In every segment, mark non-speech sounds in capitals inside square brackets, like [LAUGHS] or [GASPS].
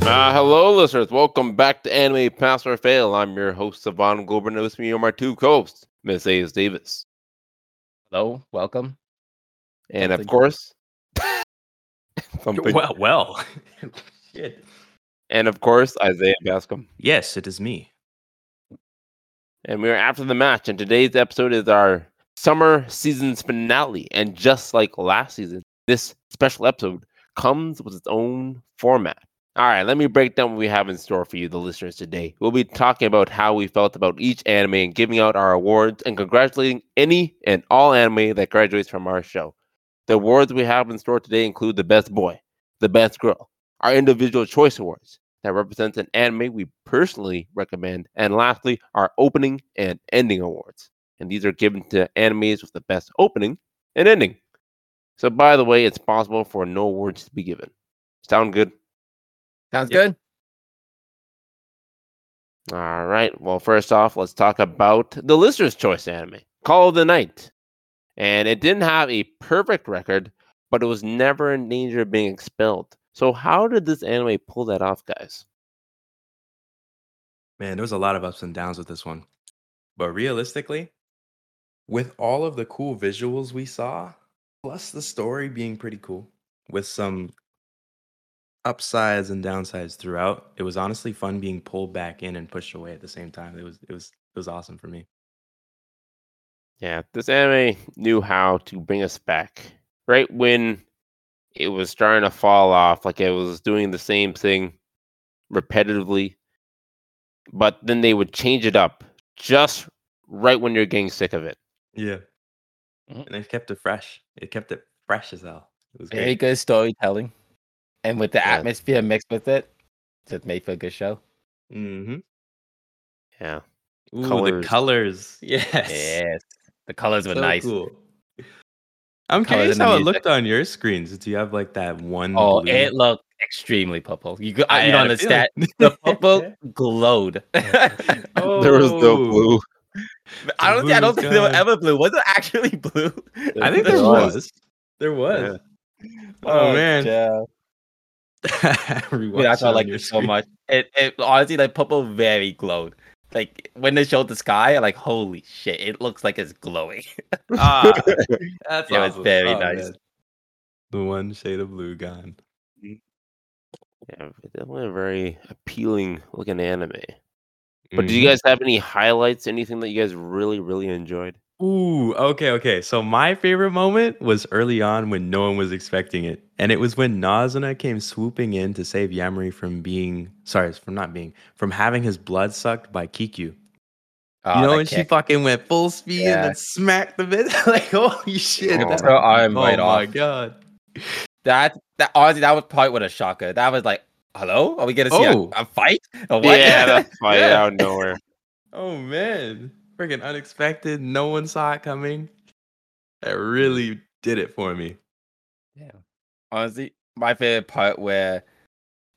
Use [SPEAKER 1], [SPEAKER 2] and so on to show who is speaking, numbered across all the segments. [SPEAKER 1] Uh, hello, listeners. Welcome back to Anime Pass or Fail. I'm your host, Savon Goldberg, and with me are my two co-hosts, Miss A's Davis.
[SPEAKER 2] Hello, welcome.
[SPEAKER 1] And
[SPEAKER 2] Something-
[SPEAKER 1] of course, [LAUGHS] something-
[SPEAKER 3] Well, well. [LAUGHS] Shit.
[SPEAKER 1] and of course, Isaiah Bascom.
[SPEAKER 3] Yes, it is me.
[SPEAKER 1] And we are after the match, and today's episode is our summer season's finale. And just like last season, this special episode comes with its own format. All right, let me break down what we have in store for you, the listeners, today. We'll be talking about how we felt about each anime and giving out our awards and congratulating any and all anime that graduates from our show. The awards we have in store today include the best boy, the best girl, our individual choice awards, that represents an anime we personally recommend, and lastly, our opening and ending awards. And these are given to animes with the best opening and ending. So, by the way, it's possible for no awards to be given. Sound good?
[SPEAKER 2] Sounds
[SPEAKER 3] Yep.
[SPEAKER 2] good.
[SPEAKER 1] All right. Well, first off, let's talk about the listener's choice anime, Call of the Night. And it didn't have a perfect record, but it was never in danger of being expelled. So, how did this anime pull that off, guys?
[SPEAKER 3] Man, there was a lot of ups and downs with this one. But realistically, with all of the cool visuals we saw, plus the story being pretty cool, with some upsides and downsides throughout, it was honestly fun being pulled back in and pushed away at the same time. It was it was it was awesome for me.
[SPEAKER 1] Yeah, this anime knew how to bring us back right when it was starting to fall off, like it was doing the same thing repetitively. But then they would change it up just right when you're getting sick of it.
[SPEAKER 3] Yeah.
[SPEAKER 2] Mhm.
[SPEAKER 3] And it kept it fresh. It kept it fresh as hell. It was
[SPEAKER 2] Very
[SPEAKER 3] great.
[SPEAKER 2] good storytelling. And with the
[SPEAKER 1] Yeah.
[SPEAKER 2] atmosphere mixed with it, just made for a good show.
[SPEAKER 3] Mm-hmm.
[SPEAKER 1] Yeah.
[SPEAKER 3] Ooh,
[SPEAKER 1] Colours.
[SPEAKER 3] the colors. [LAUGHS] Yes.
[SPEAKER 2] Yes. The colors were
[SPEAKER 3] so
[SPEAKER 2] nice.
[SPEAKER 3] cool. I'm
[SPEAKER 2] Colours
[SPEAKER 3] curious
[SPEAKER 2] and the
[SPEAKER 3] how it
[SPEAKER 2] music.
[SPEAKER 3] looked on your screens. Do you have like that one?
[SPEAKER 2] Oh,
[SPEAKER 3] blue- [LAUGHS]
[SPEAKER 2] it looked extremely purple. You, go,
[SPEAKER 3] I
[SPEAKER 2] I, you
[SPEAKER 3] had
[SPEAKER 2] don't
[SPEAKER 3] a feeling.
[SPEAKER 2] understand.
[SPEAKER 3] [LAUGHS]
[SPEAKER 2] The purple glowed. [LAUGHS]
[SPEAKER 3] Oh.
[SPEAKER 2] I don't think I
[SPEAKER 3] Blue's
[SPEAKER 2] don't think they were
[SPEAKER 3] gone.
[SPEAKER 2] ever blue. Was it actually blue? [LAUGHS] Oh,
[SPEAKER 3] I think
[SPEAKER 1] There
[SPEAKER 3] there
[SPEAKER 1] was.
[SPEAKER 3] was. There was. Oh, man. [LAUGHS]
[SPEAKER 2] Dude, I
[SPEAKER 3] Rewatched
[SPEAKER 2] thought
[SPEAKER 3] it
[SPEAKER 2] like
[SPEAKER 3] on
[SPEAKER 2] it
[SPEAKER 3] your
[SPEAKER 2] so
[SPEAKER 3] screen.
[SPEAKER 2] much. It, it honestly like purple very glowed. Like when they showed the sky, I'm like holy shit, it looks like it's glowing. [LAUGHS]
[SPEAKER 3] Ah, [LAUGHS] that's
[SPEAKER 2] It was
[SPEAKER 3] awesome.
[SPEAKER 2] very
[SPEAKER 3] Oh,
[SPEAKER 2] nice.
[SPEAKER 3] man. The one shade of blue gone.
[SPEAKER 1] Yeah, definitely a very appealing looking anime. But do you
[SPEAKER 3] Mm-hmm.
[SPEAKER 1] guys have any highlights, anything that you guys really, really enjoyed?
[SPEAKER 3] Ooh, okay, okay. So my favorite moment was early on when no one was expecting it. And it was when Nazuna came swooping in to save Yamari from being sorry, from not being from having his blood sucked by Kiku.
[SPEAKER 2] Oh,
[SPEAKER 3] you know,
[SPEAKER 2] that
[SPEAKER 3] and she
[SPEAKER 2] kick.
[SPEAKER 3] fucking went full speed
[SPEAKER 2] Yeah.
[SPEAKER 3] and then smacked the bit. [LAUGHS] like, holy shit.
[SPEAKER 1] Oh,
[SPEAKER 3] that-
[SPEAKER 2] Took her arm
[SPEAKER 3] oh
[SPEAKER 2] right
[SPEAKER 3] my
[SPEAKER 2] off.
[SPEAKER 3] god.
[SPEAKER 2] That that honestly that was probably what a shocker. That was like, hello, are we gonna see a-
[SPEAKER 3] Oh.
[SPEAKER 2] a, fight? Or what?
[SPEAKER 1] Yeah,
[SPEAKER 2] [LAUGHS]
[SPEAKER 1] that
[SPEAKER 3] [LAUGHS]
[SPEAKER 1] fight
[SPEAKER 3] Yeah.
[SPEAKER 1] out of nowhere.
[SPEAKER 3] Oh man. Freaking unexpected. No one saw it coming. That really did it for me.
[SPEAKER 2] honestly, my favorite part where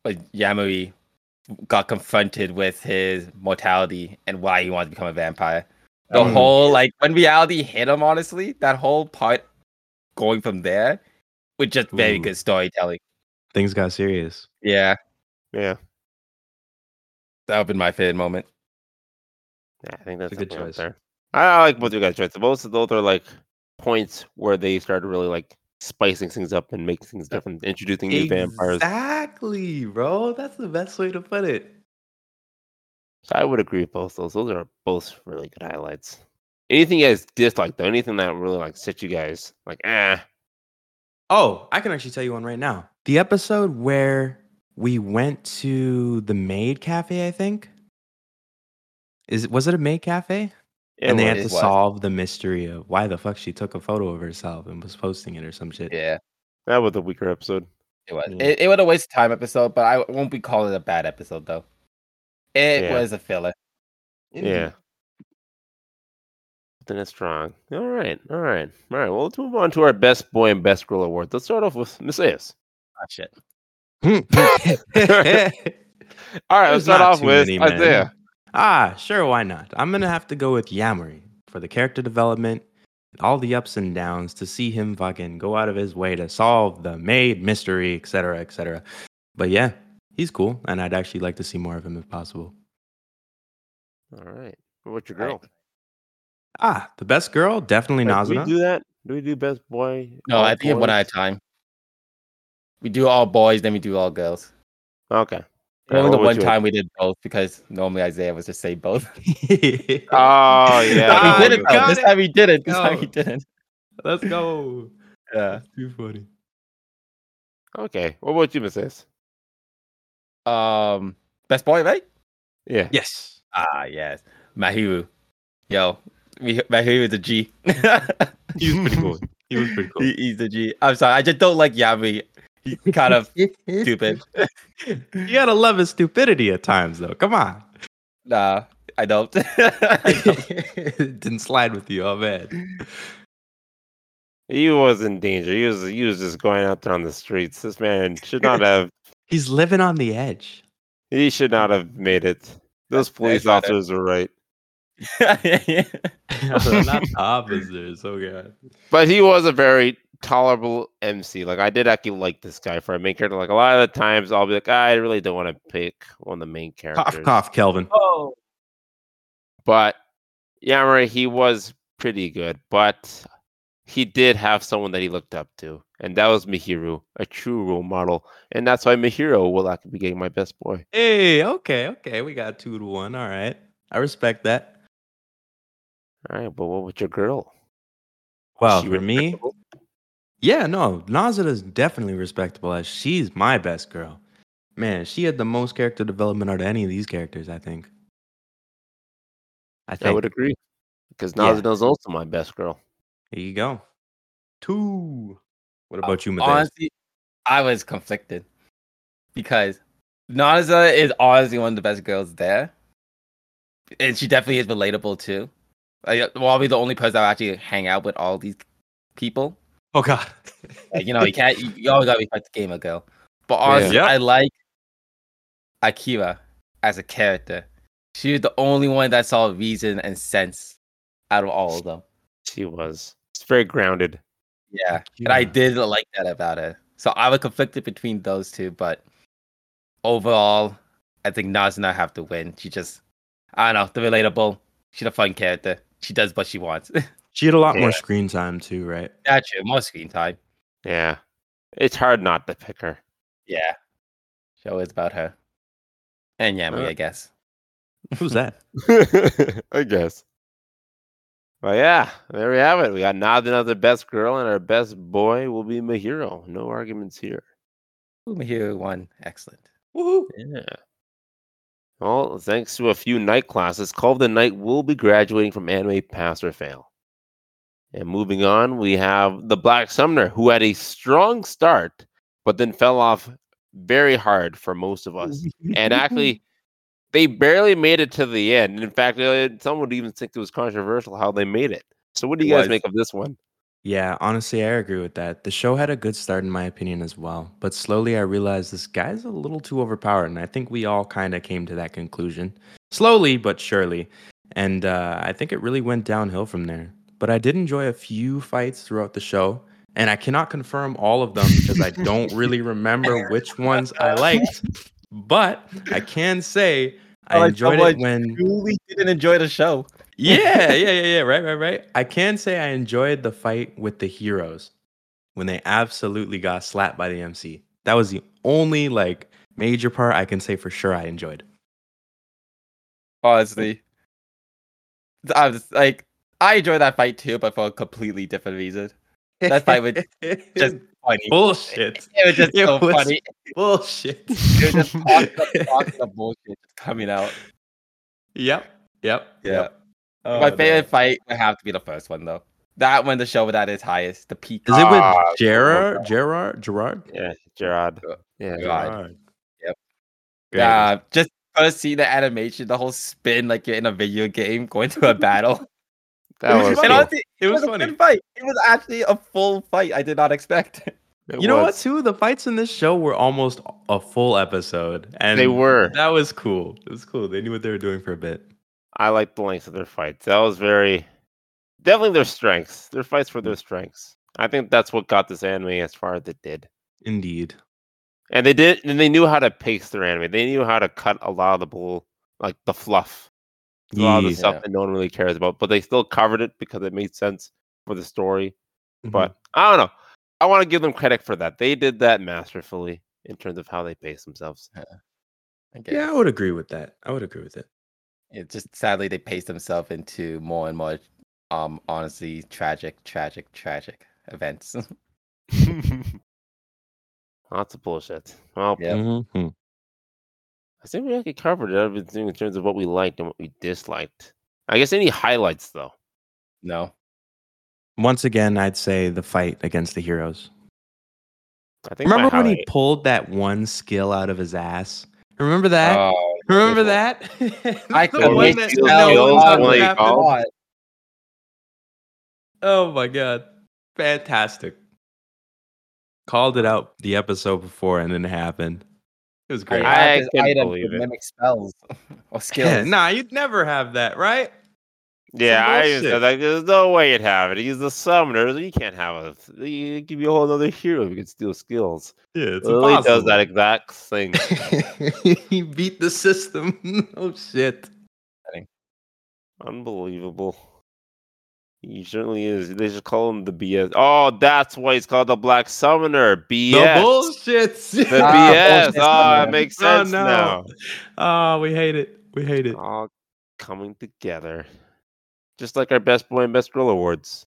[SPEAKER 2] where Yamui got confronted with his mortality and why he wanted to become a vampire. The
[SPEAKER 3] Mm.
[SPEAKER 2] whole like when reality hit him, honestly, that whole part going from there was just very
[SPEAKER 3] Ooh.
[SPEAKER 2] good storytelling.
[SPEAKER 3] Things got serious.
[SPEAKER 2] Yeah,
[SPEAKER 1] Yeah.
[SPEAKER 2] that would be my favorite moment.
[SPEAKER 1] Yeah, I think that's
[SPEAKER 3] a good
[SPEAKER 1] definitely up
[SPEAKER 3] choice.
[SPEAKER 1] There. I, I like both of you guys' choices. Both of those are like points where they started really like spicing things up and making things different, introducing new vampires.
[SPEAKER 3] Exactly, bro. That's the best way to put it.
[SPEAKER 1] So I would agree with both those. Those are both really good highlights. Anything you guys dislike though? Anything that really like set you guys like ah?
[SPEAKER 3] Oh, I can actually tell you one right now. The episode where we went to the maid cafe, I think. Is it was it a maid cafe? and they had to
[SPEAKER 2] was.
[SPEAKER 3] solve the mystery of why the fuck she took a photo of herself and was posting it or some shit.
[SPEAKER 2] Yeah,
[SPEAKER 1] that was a weaker episode.
[SPEAKER 2] it was.
[SPEAKER 3] Yeah.
[SPEAKER 2] It, it was a waste of time episode, but I won't be calling it a bad episode though. It
[SPEAKER 1] Yeah.
[SPEAKER 2] was a filler.
[SPEAKER 3] Mm-hmm.
[SPEAKER 1] Yeah. Then it's strong. All right, all right, all right. Well, let's move on to our best boy and best girl award. Let's start off with Miss Ayes.
[SPEAKER 2] Ah, shit.
[SPEAKER 3] Hmm. [LAUGHS]
[SPEAKER 2] [LAUGHS]
[SPEAKER 1] All right, let's
[SPEAKER 3] There's
[SPEAKER 1] start
[SPEAKER 3] not
[SPEAKER 1] off
[SPEAKER 3] too
[SPEAKER 1] with
[SPEAKER 3] many, man.
[SPEAKER 1] Isaiah.
[SPEAKER 3] Ah, sure, why not? I'm gonna have to go with Yamari for the character development, all the ups and downs to see him fucking go out of his way to solve the maid mystery, etc., etc. But yeah, he's cool, and I'd actually like to see more of him if possible.
[SPEAKER 1] All right. What's your
[SPEAKER 2] All right.
[SPEAKER 1] girl?
[SPEAKER 3] Ah, the best girl, definitely
[SPEAKER 1] Wait, do
[SPEAKER 3] Nazna.
[SPEAKER 1] we do that? Do we do best boy?
[SPEAKER 2] No,
[SPEAKER 1] all
[SPEAKER 2] I think one at a
[SPEAKER 1] boys?
[SPEAKER 2] time. We do all boys, then we do all girls.
[SPEAKER 1] Okay.
[SPEAKER 2] Only
[SPEAKER 1] what
[SPEAKER 2] the
[SPEAKER 1] was
[SPEAKER 2] one
[SPEAKER 1] yours?
[SPEAKER 2] time we did both because normally Isaiah was just say both.
[SPEAKER 1] Oh
[SPEAKER 3] [LAUGHS]
[SPEAKER 1] [LAUGHS]
[SPEAKER 2] [LAUGHS]
[SPEAKER 1] yeah.
[SPEAKER 3] Ah,
[SPEAKER 2] we did it
[SPEAKER 3] you
[SPEAKER 2] though.
[SPEAKER 3] got
[SPEAKER 2] This
[SPEAKER 3] it.
[SPEAKER 2] time we did it. This time
[SPEAKER 3] Yo.
[SPEAKER 2] we didn't.
[SPEAKER 3] Let's go.
[SPEAKER 2] Yeah.
[SPEAKER 3] Too funny.
[SPEAKER 1] Okay. What about you, Mrs.?
[SPEAKER 2] Um, best boy, right?
[SPEAKER 1] Yeah.
[SPEAKER 3] Yes.
[SPEAKER 2] Ah, yes, Mahiru. Yo, we, Mahiru is a G. [LAUGHS]
[SPEAKER 3] He was pretty cool. He was pretty
[SPEAKER 1] [LAUGHS]
[SPEAKER 3] cool.
[SPEAKER 2] He- he's a G. I'm sorry, I just don't like Yami. He's kind
[SPEAKER 1] [LAUGHS]
[SPEAKER 2] of stupid.
[SPEAKER 3] You gotta love his stupidity at times, though. Come on.
[SPEAKER 2] Nah, I don't. [LAUGHS] I
[SPEAKER 3] [LAUGHS]
[SPEAKER 2] don't.
[SPEAKER 3] Didn't slide with you, oh man.
[SPEAKER 1] He was in danger. He was he was just going out there on the streets. This man should
[SPEAKER 2] [LAUGHS]
[SPEAKER 1] not have
[SPEAKER 3] He's living on the [LAUGHS] edge.
[SPEAKER 1] he should not have made it. Those
[SPEAKER 2] That's
[SPEAKER 1] police
[SPEAKER 2] right.
[SPEAKER 1] officers were right.
[SPEAKER 3] [LAUGHS] Not officers. Oh god.
[SPEAKER 1] But he was a very tolerable MC. Like I did actually like this guy for a main character. Like a lot of the times I'll be like, "Ah, I really don't want to pick one of the main characters.
[SPEAKER 3] Cough, cough, Kelvin.
[SPEAKER 2] oh,
[SPEAKER 1] But Yamura, he was pretty good, but he did have someone that he looked up to, and that was Mihiro, a true role model, and that's why Mihiro will actually be getting my best boy.
[SPEAKER 3] Hey, okay, okay. We got two to one. All right. I respect that.
[SPEAKER 1] All right, but what with your girl?
[SPEAKER 3] Well,
[SPEAKER 1] She
[SPEAKER 3] for me,
[SPEAKER 1] respectable?
[SPEAKER 3] yeah, no, Nazada is definitely respectable as she's my best girl. Man, she had the most character development out of any of these characters, I think. I
[SPEAKER 1] I
[SPEAKER 3] think
[SPEAKER 1] would agree because
[SPEAKER 3] Yeah.
[SPEAKER 1] Nazana's also my best girl.
[SPEAKER 3] here you go. Two. What
[SPEAKER 2] Uh,
[SPEAKER 3] about you, Matthias?
[SPEAKER 2] [LAUGHS] honestly, I was conflicted because Naza is honestly one of the best girls there, and she definitely is relatable too. Like, uh, probably the only person I actually hang out with all these people.
[SPEAKER 3] Oh god.
[SPEAKER 2] Like, you know, you can't. You, you always gotta be quite the gamer girl. But honestly,
[SPEAKER 3] Yeah.
[SPEAKER 2] I like Akira as a character. She was the only one that saw reason and sense out of all of them.
[SPEAKER 1] She was. It's very grounded.
[SPEAKER 2] Yeah, and I
[SPEAKER 3] Yeah.
[SPEAKER 2] [LAUGHS] did like that about her. So I was conflicted between those two, but overall, I think Nas not have to win. She just, I don't know, the relatable. She's a fun character. She does what she wants. [LAUGHS]
[SPEAKER 3] She had a lot more
[SPEAKER 1] Yeah.
[SPEAKER 3] screen time too, right?
[SPEAKER 2] That's true. More screen time.
[SPEAKER 1] Yeah, it's hard not to pick her.
[SPEAKER 2] Yeah, show is about her. And Yami,
[SPEAKER 1] Uh,
[SPEAKER 2] I guess.
[SPEAKER 3] Who's that?
[SPEAKER 1] [LAUGHS] I guess. But yeah, there we have it. We got Nazana, the best girl, and our best boy will be Mihiro. No arguments here.
[SPEAKER 2] Umahiro won. Excellent.
[SPEAKER 3] Woohoo.
[SPEAKER 1] Yeah. Well, thanks to a few night classes, Call of the Night will be graduating from anime pass or fail. And moving on, we have the Black Summoner, who had a strong start, but then fell off very hard for most of us. And actually, they barely made it to the end. In fact, uh, some would even think it was controversial how they made it. So, what do
[SPEAKER 2] It
[SPEAKER 1] you guys
[SPEAKER 2] was.
[SPEAKER 1] make of this one?
[SPEAKER 3] Yeah, honestly, I agree with that. The show had a good start, in my opinion, as well. But slowly, I realized this guy's a little too overpowered, and I think we all kind of came to that conclusion. Slowly, but surely. And uh, I think it really went downhill from there. But I did enjoy a few fights throughout the show, and I cannot confirm all of them because I don't really remember which ones I liked. But I can say
[SPEAKER 2] I
[SPEAKER 3] I
[SPEAKER 2] like
[SPEAKER 3] enjoyed
[SPEAKER 2] someone
[SPEAKER 3] it when.
[SPEAKER 2] Truly didn't enjoy the show.
[SPEAKER 3] yeah, yeah, yeah, yeah. Right, right, right. I can say I enjoyed the fight with the heroes when they absolutely got slapped by the MC. That was the only like major part I can say for sure I enjoyed.
[SPEAKER 2] Honestly, I was like, I enjoyed that fight too, but for a completely different reason. That
[SPEAKER 3] [LAUGHS]
[SPEAKER 2] fight was just funny. [LAUGHS]
[SPEAKER 3] bullshit.
[SPEAKER 2] It was just
[SPEAKER 3] It
[SPEAKER 2] so
[SPEAKER 3] was-
[SPEAKER 2] funny.
[SPEAKER 3] [LAUGHS] Bullshit.
[SPEAKER 2] It was just awesome, awesome bullshit just coming out.
[SPEAKER 3] [LAUGHS] yep. Yep.
[SPEAKER 2] Yeah.
[SPEAKER 3] Yep.
[SPEAKER 2] My
[SPEAKER 3] Oh,
[SPEAKER 2] favorite fight would have to be the first one though. That one, the show that is highest, the peak.
[SPEAKER 3] man. Is it
[SPEAKER 1] Ah,
[SPEAKER 3] with Gerard? Gerard? Gerard?
[SPEAKER 1] Yeah, Gerard.
[SPEAKER 2] Uh,
[SPEAKER 1] Yeah,
[SPEAKER 2] God. Yep.
[SPEAKER 3] Great.
[SPEAKER 2] Uh, just first see the animation, the whole spin like you're in a video game [LAUGHS] going to a battle.
[SPEAKER 1] that
[SPEAKER 3] It
[SPEAKER 1] was.
[SPEAKER 3] was
[SPEAKER 2] and
[SPEAKER 1] cool.
[SPEAKER 2] honestly, it, was,
[SPEAKER 3] was
[SPEAKER 2] a
[SPEAKER 3] funny.
[SPEAKER 2] good fight. It was actually a full fight. I did not expect. [LAUGHS]
[SPEAKER 1] It
[SPEAKER 3] you know what?
[SPEAKER 1] was.
[SPEAKER 3] Too the fights in this show were almost a full episode, and
[SPEAKER 1] They were.
[SPEAKER 3] That was cool. It was cool. They knew what they were doing for a bit.
[SPEAKER 1] I like the length of their fights. That was very definitely their strengths. Their fights were their strengths. I think that's what got this anime as far as it did.
[SPEAKER 3] Indeed.
[SPEAKER 1] And they did, and they knew how to pace their anime. They knew how to cut a lot of the bull, like the fluff, a lot of the
[SPEAKER 3] Yeah.
[SPEAKER 1] stuff
[SPEAKER 2] Yeah.
[SPEAKER 1] that no one really cares about. But they still covered it because it made sense for the story.
[SPEAKER 3] Mhm.
[SPEAKER 1] But I don't know. I want to give them credit for that. They did that masterfully in terms of how they pace themselves.
[SPEAKER 2] I guess.
[SPEAKER 3] yeah, I would agree with that. I would agree with it.
[SPEAKER 2] It just sadly they pace themselves into more and more um honestly tragic, tragic, tragic events. [LAUGHS]
[SPEAKER 1] Lots of bullshit. Well,
[SPEAKER 2] Yeah. Yep.
[SPEAKER 3] Mhm.
[SPEAKER 1] I think we actually covered everything in terms of what we liked and what we disliked. I guess any highlights though.
[SPEAKER 2] no.
[SPEAKER 3] Once again, I'd say the fight against the heroes.
[SPEAKER 1] I think my
[SPEAKER 3] Remember when he
[SPEAKER 1] highlight-
[SPEAKER 3] pulled that one skill out of his ass? Remember that?
[SPEAKER 2] Oh,
[SPEAKER 3] [LAUGHS] Remember
[SPEAKER 2] good
[SPEAKER 3] that? [LAUGHS]
[SPEAKER 2] I
[SPEAKER 3] The
[SPEAKER 2] could
[SPEAKER 1] one
[SPEAKER 2] make
[SPEAKER 1] that-
[SPEAKER 2] you
[SPEAKER 1] no
[SPEAKER 2] tell
[SPEAKER 1] one
[SPEAKER 2] a
[SPEAKER 1] thought
[SPEAKER 2] lot
[SPEAKER 1] would
[SPEAKER 2] of
[SPEAKER 1] happen.
[SPEAKER 2] thought.
[SPEAKER 3] Oh my god. Fantastic. Called it out the episode before and then it happened. It was great.
[SPEAKER 1] I
[SPEAKER 2] have this
[SPEAKER 1] couldn't
[SPEAKER 2] item to
[SPEAKER 1] believe it.
[SPEAKER 2] mimic [LAUGHS] spells or skills.
[SPEAKER 3] Yeah, nah, you'd never have that, right?
[SPEAKER 1] Yeah, I even
[SPEAKER 3] bullshit.
[SPEAKER 1] said like there's no way you'd have it. He's the summoner. You can't have a you give you a whole other hero if you can steal skills.
[SPEAKER 3] Yeah, it's
[SPEAKER 1] Lily does
[SPEAKER 3] impossible.
[SPEAKER 1] that exact thing.
[SPEAKER 3] he beat the system. [LAUGHS] oh shit.
[SPEAKER 1] Unbelievable. He certainly is. They just call him the BS. Oh, that's why he's called the Black Summoner. BS.
[SPEAKER 3] The bullshit.
[SPEAKER 1] The
[SPEAKER 2] Ah,
[SPEAKER 1] BS.
[SPEAKER 2] bullshit
[SPEAKER 1] Ah, it
[SPEAKER 2] summoner.
[SPEAKER 1] makes
[SPEAKER 3] Oh,
[SPEAKER 1] sense
[SPEAKER 3] no.
[SPEAKER 1] now.
[SPEAKER 3] oh, we hate it. We hate
[SPEAKER 2] Oh.
[SPEAKER 3] it.
[SPEAKER 1] All coming together. Just like our Best Boy and Best Girl awards.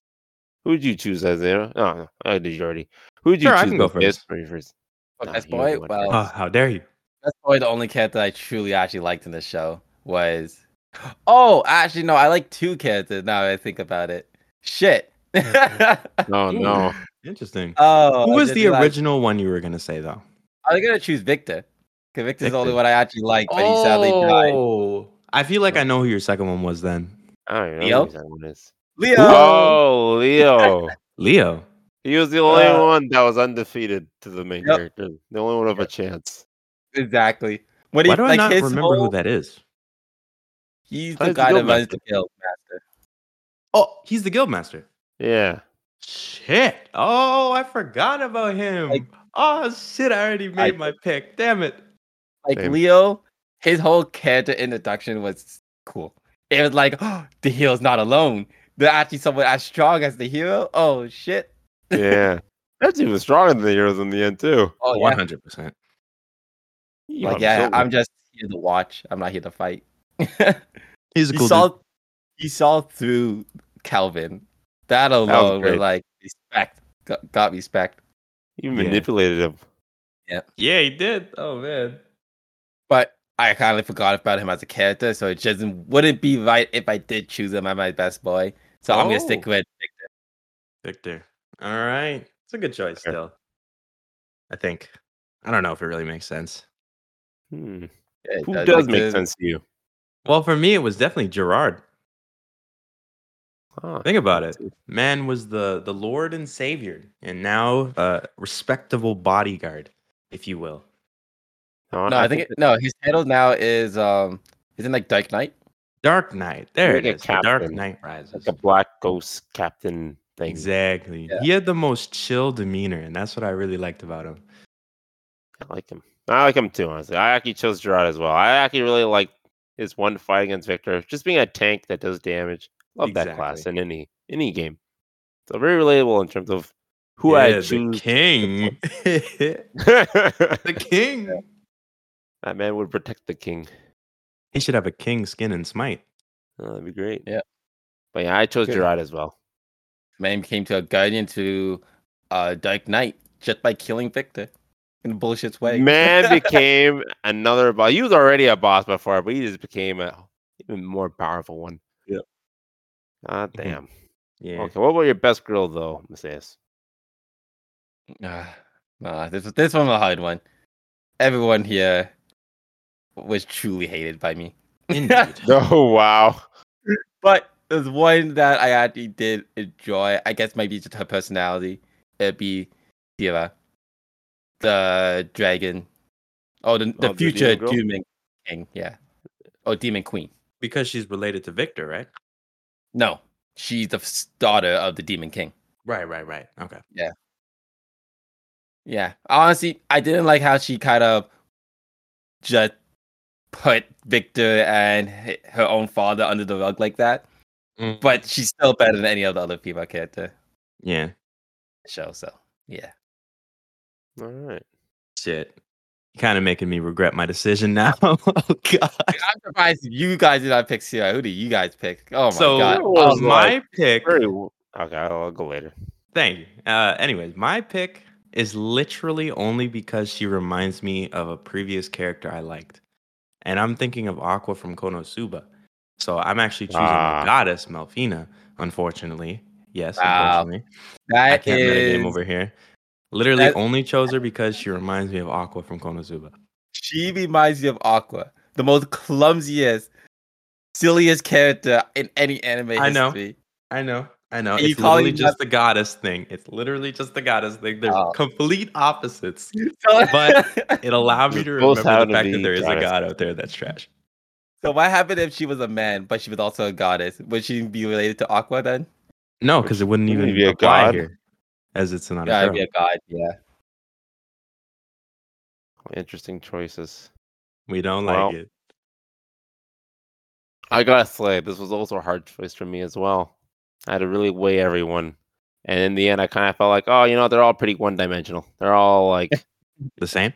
[SPEAKER 1] Who'd you choose, Isaiah? Oh, no, I did you already. Who'd you
[SPEAKER 3] Sure,
[SPEAKER 1] choose?
[SPEAKER 3] I can go
[SPEAKER 1] Matthias?
[SPEAKER 3] first.
[SPEAKER 1] Or you
[SPEAKER 3] [LAUGHS]
[SPEAKER 1] first?
[SPEAKER 2] Fuck,
[SPEAKER 1] Nah,
[SPEAKER 2] Best
[SPEAKER 1] you don't
[SPEAKER 2] Boy.
[SPEAKER 1] know what
[SPEAKER 2] Well,
[SPEAKER 3] Oh, how dare you?
[SPEAKER 2] Best Boy, the only character I truly actually liked in this show was. [GASPS] Oh, actually, no, I like two characters now that I think about it. Shit. [LAUGHS]
[SPEAKER 1] Oh,
[SPEAKER 3] Ooh.
[SPEAKER 1] no.
[SPEAKER 3] Interesting.
[SPEAKER 2] oh,
[SPEAKER 3] Who
[SPEAKER 2] I
[SPEAKER 3] was
[SPEAKER 2] just
[SPEAKER 3] the
[SPEAKER 2] realized-
[SPEAKER 3] original one you were gonna say though?
[SPEAKER 2] I was gonna choose Victor. Cause Victor's the only
[SPEAKER 3] Victor.
[SPEAKER 2] one I actually like, but he sadly died.
[SPEAKER 3] Oh. I feel like I know who your second one was then.
[SPEAKER 1] I don't even know
[SPEAKER 2] Leo?
[SPEAKER 1] who that one is.
[SPEAKER 2] Leo.
[SPEAKER 1] Oh, Leo.
[SPEAKER 3] Leo.
[SPEAKER 1] He
[SPEAKER 3] [LAUGHS]
[SPEAKER 1] was the only
[SPEAKER 2] Uh,
[SPEAKER 1] one that was undefeated to the main
[SPEAKER 2] yep.
[SPEAKER 1] character. The only one with a chance.
[SPEAKER 2] Exactly. When
[SPEAKER 3] Why
[SPEAKER 2] he
[SPEAKER 3] do I
[SPEAKER 2] like
[SPEAKER 3] not
[SPEAKER 2] his
[SPEAKER 3] remember
[SPEAKER 2] whole,
[SPEAKER 3] who that is?
[SPEAKER 2] he's
[SPEAKER 1] Who's
[SPEAKER 2] the
[SPEAKER 1] the
[SPEAKER 2] guy that
[SPEAKER 1] guildmaster?
[SPEAKER 2] runs the guild master.
[SPEAKER 3] Oh, he's the guildmaster.
[SPEAKER 1] Yeah.
[SPEAKER 3] Shit. Oh, I forgot about him.
[SPEAKER 2] Like-
[SPEAKER 3] oh shit, I already made my pick. Damn it.
[SPEAKER 2] Like
[SPEAKER 1] Same.
[SPEAKER 2] Leo, his whole character introduction was cool. It was like, [GASPS] oh, the hero's not alone. There's actually someone as strong as the hero. Oh shit.
[SPEAKER 1] Yeah. That's even stronger than the heroes in the end, too.
[SPEAKER 2] Oh yeah.
[SPEAKER 3] 100%.
[SPEAKER 1] You
[SPEAKER 2] Like yeah,
[SPEAKER 1] absolutely-
[SPEAKER 2] I'm just here to watch. I'm not here to fight.
[SPEAKER 3] He's a
[SPEAKER 2] he
[SPEAKER 3] cool
[SPEAKER 2] saw
[SPEAKER 3] dude.
[SPEAKER 2] he saw through Calvin. That alone was
[SPEAKER 1] great.
[SPEAKER 2] like respect. Got, got respect.
[SPEAKER 1] You
[SPEAKER 3] Yeah.
[SPEAKER 1] manipulated him.
[SPEAKER 3] Yeah, he did. Oh man.
[SPEAKER 2] But I kind of forgot about him as a character, so it just wouldn't be right if I did choose him as my best boy. So I'm gonna stick
[SPEAKER 3] Oh.
[SPEAKER 2] with
[SPEAKER 3] Victor. All right. It's a good choice
[SPEAKER 1] Okay.
[SPEAKER 3] still. I think. I don't know if it really makes sense.
[SPEAKER 1] Hmm.
[SPEAKER 2] yeah,
[SPEAKER 1] Who
[SPEAKER 2] that's
[SPEAKER 1] does
[SPEAKER 2] like
[SPEAKER 1] make
[SPEAKER 2] the-
[SPEAKER 1] sense to you?
[SPEAKER 3] Well, for me, it was definitely Gerard.
[SPEAKER 1] Huh.
[SPEAKER 3] Think about it. Man was the the Lord and Savior, and now uh, respectable bodyguard, if you will.
[SPEAKER 2] No, I think it, no. His title now is um, he's in like Dark Knight.
[SPEAKER 3] Dark Knight. There
[SPEAKER 1] Like
[SPEAKER 3] it
[SPEAKER 1] a
[SPEAKER 3] is. the Dark
[SPEAKER 1] captain.
[SPEAKER 3] Knight
[SPEAKER 1] like
[SPEAKER 3] Rises.
[SPEAKER 1] a black ghost captain thing.
[SPEAKER 3] Exactly.
[SPEAKER 2] Yeah.
[SPEAKER 3] He had the most chill demeanor, and that's what I really liked about him.
[SPEAKER 1] I like him. I like him too, honestly. I actually chose Gerard as well. I actually really like his one fight against Victor. Just being a tank that does damage. Love that class in any any game. So very relatable in terms of who
[SPEAKER 3] Yeah,
[SPEAKER 1] I
[SPEAKER 3] The
[SPEAKER 1] choose.
[SPEAKER 3] king.
[SPEAKER 1] [LAUGHS]
[SPEAKER 3] [LAUGHS] the king.
[SPEAKER 1] that man would protect the king.
[SPEAKER 3] He should have a king skin in Smite.
[SPEAKER 1] Oh, that'd be great.
[SPEAKER 2] Yeah.
[SPEAKER 1] But yeah, I chose
[SPEAKER 2] Good.
[SPEAKER 1] Gerard as well.
[SPEAKER 2] Man came to a guardian to uh Dark Knight just by killing Victor in a bullshit
[SPEAKER 1] [LAUGHS]
[SPEAKER 2] way.
[SPEAKER 1] Man became another boss. He was already a boss before, but he just became a even more powerful one.
[SPEAKER 3] Yep.
[SPEAKER 1] [LAUGHS] Ah,
[SPEAKER 3] Mhm.
[SPEAKER 1] damn.
[SPEAKER 3] Yeah.
[SPEAKER 1] Okay, what about your best girl though, Messias?
[SPEAKER 2] Ah, nah, this this one was a hard one. Everyone here was truly hated by me.
[SPEAKER 3] Indeed.
[SPEAKER 1] [LAUGHS] Oh wow.
[SPEAKER 2] But there's one that I actually did enjoy. I guess maybe just her personality. It'd be Sierra, the dragon, oh the, the
[SPEAKER 1] Oh, the
[SPEAKER 2] future
[SPEAKER 1] demon girl?
[SPEAKER 2] demon king, yeah, oh demon queen.
[SPEAKER 3] [LAUGHS] because she's related to Victor, right?
[SPEAKER 2] No, she's the s- daughter of the demon king.
[SPEAKER 3] Right, right, right. Okay.
[SPEAKER 2] Yeah. Honestly, I didn't like how she kind of just put Victor and h- her own father under the rug like that.
[SPEAKER 3] Mm.
[SPEAKER 2] But she's still better than any of the other female character
[SPEAKER 3] Yeah.
[SPEAKER 2] show. So yeah.
[SPEAKER 1] All right.
[SPEAKER 3] Shit. Kind of making me regret my decision now. [LAUGHS] oh god.
[SPEAKER 2] I'm surprised you guys did not pick Sierra. Who do you guys pick? Oh my
[SPEAKER 3] so
[SPEAKER 2] god.
[SPEAKER 1] was
[SPEAKER 3] uh, my pick.
[SPEAKER 1] Very w- okay. I'll go later.
[SPEAKER 3] Thank you. Uh, anyways, my pick is literally only because she reminds me of a previous character I liked. And I'm thinking of Aqua from Konosuba. So I'm actually choosing
[SPEAKER 1] Ah.
[SPEAKER 3] the goddess Melfina, unfortunately. Yes,
[SPEAKER 2] Wow.
[SPEAKER 3] unfortunately. I can't
[SPEAKER 2] That
[SPEAKER 3] play a game
[SPEAKER 2] is
[SPEAKER 3] over here. Literally
[SPEAKER 2] that-
[SPEAKER 3] only chose her because she reminds me of Aqua from Konosuba.
[SPEAKER 2] she reminds me of Aqua, the most clumsiest, silliest character in any anime
[SPEAKER 3] I know.
[SPEAKER 2] history. [LAUGHS]
[SPEAKER 3] I know. I know.
[SPEAKER 2] And you
[SPEAKER 3] It's
[SPEAKER 2] call
[SPEAKER 3] literally
[SPEAKER 2] him
[SPEAKER 3] just the goddess thing. It's literally just the goddess thing. They're
[SPEAKER 2] Oh.
[SPEAKER 3] complete opposites.
[SPEAKER 2] So- [LAUGHS]
[SPEAKER 3] But- It allowed me
[SPEAKER 1] We
[SPEAKER 3] to
[SPEAKER 1] both
[SPEAKER 3] remember the
[SPEAKER 1] happen to
[SPEAKER 3] fact
[SPEAKER 1] be
[SPEAKER 3] that there is a
[SPEAKER 1] goddess.
[SPEAKER 3] god out there that's trash.
[SPEAKER 2] so what happened if she was a man, but she was also a goddess? Would she be related to Aqua then?
[SPEAKER 3] No, because it wouldn't
[SPEAKER 1] Wouldn't
[SPEAKER 3] even
[SPEAKER 1] it be a
[SPEAKER 3] apply
[SPEAKER 1] god?
[SPEAKER 3] here, as it's not
[SPEAKER 2] Yeah,
[SPEAKER 3] a
[SPEAKER 2] it'd
[SPEAKER 3] girl.
[SPEAKER 2] be a god. Yeah.
[SPEAKER 1] Interesting choices.
[SPEAKER 3] We don't
[SPEAKER 1] Well.
[SPEAKER 3] like it.
[SPEAKER 1] I gotta say, this was also a hard choice for me as well. I had to really weigh everyone, and in the end, I kind of felt like, oh, you know, they're all pretty one-dimensional. They're all like,
[SPEAKER 3] The same.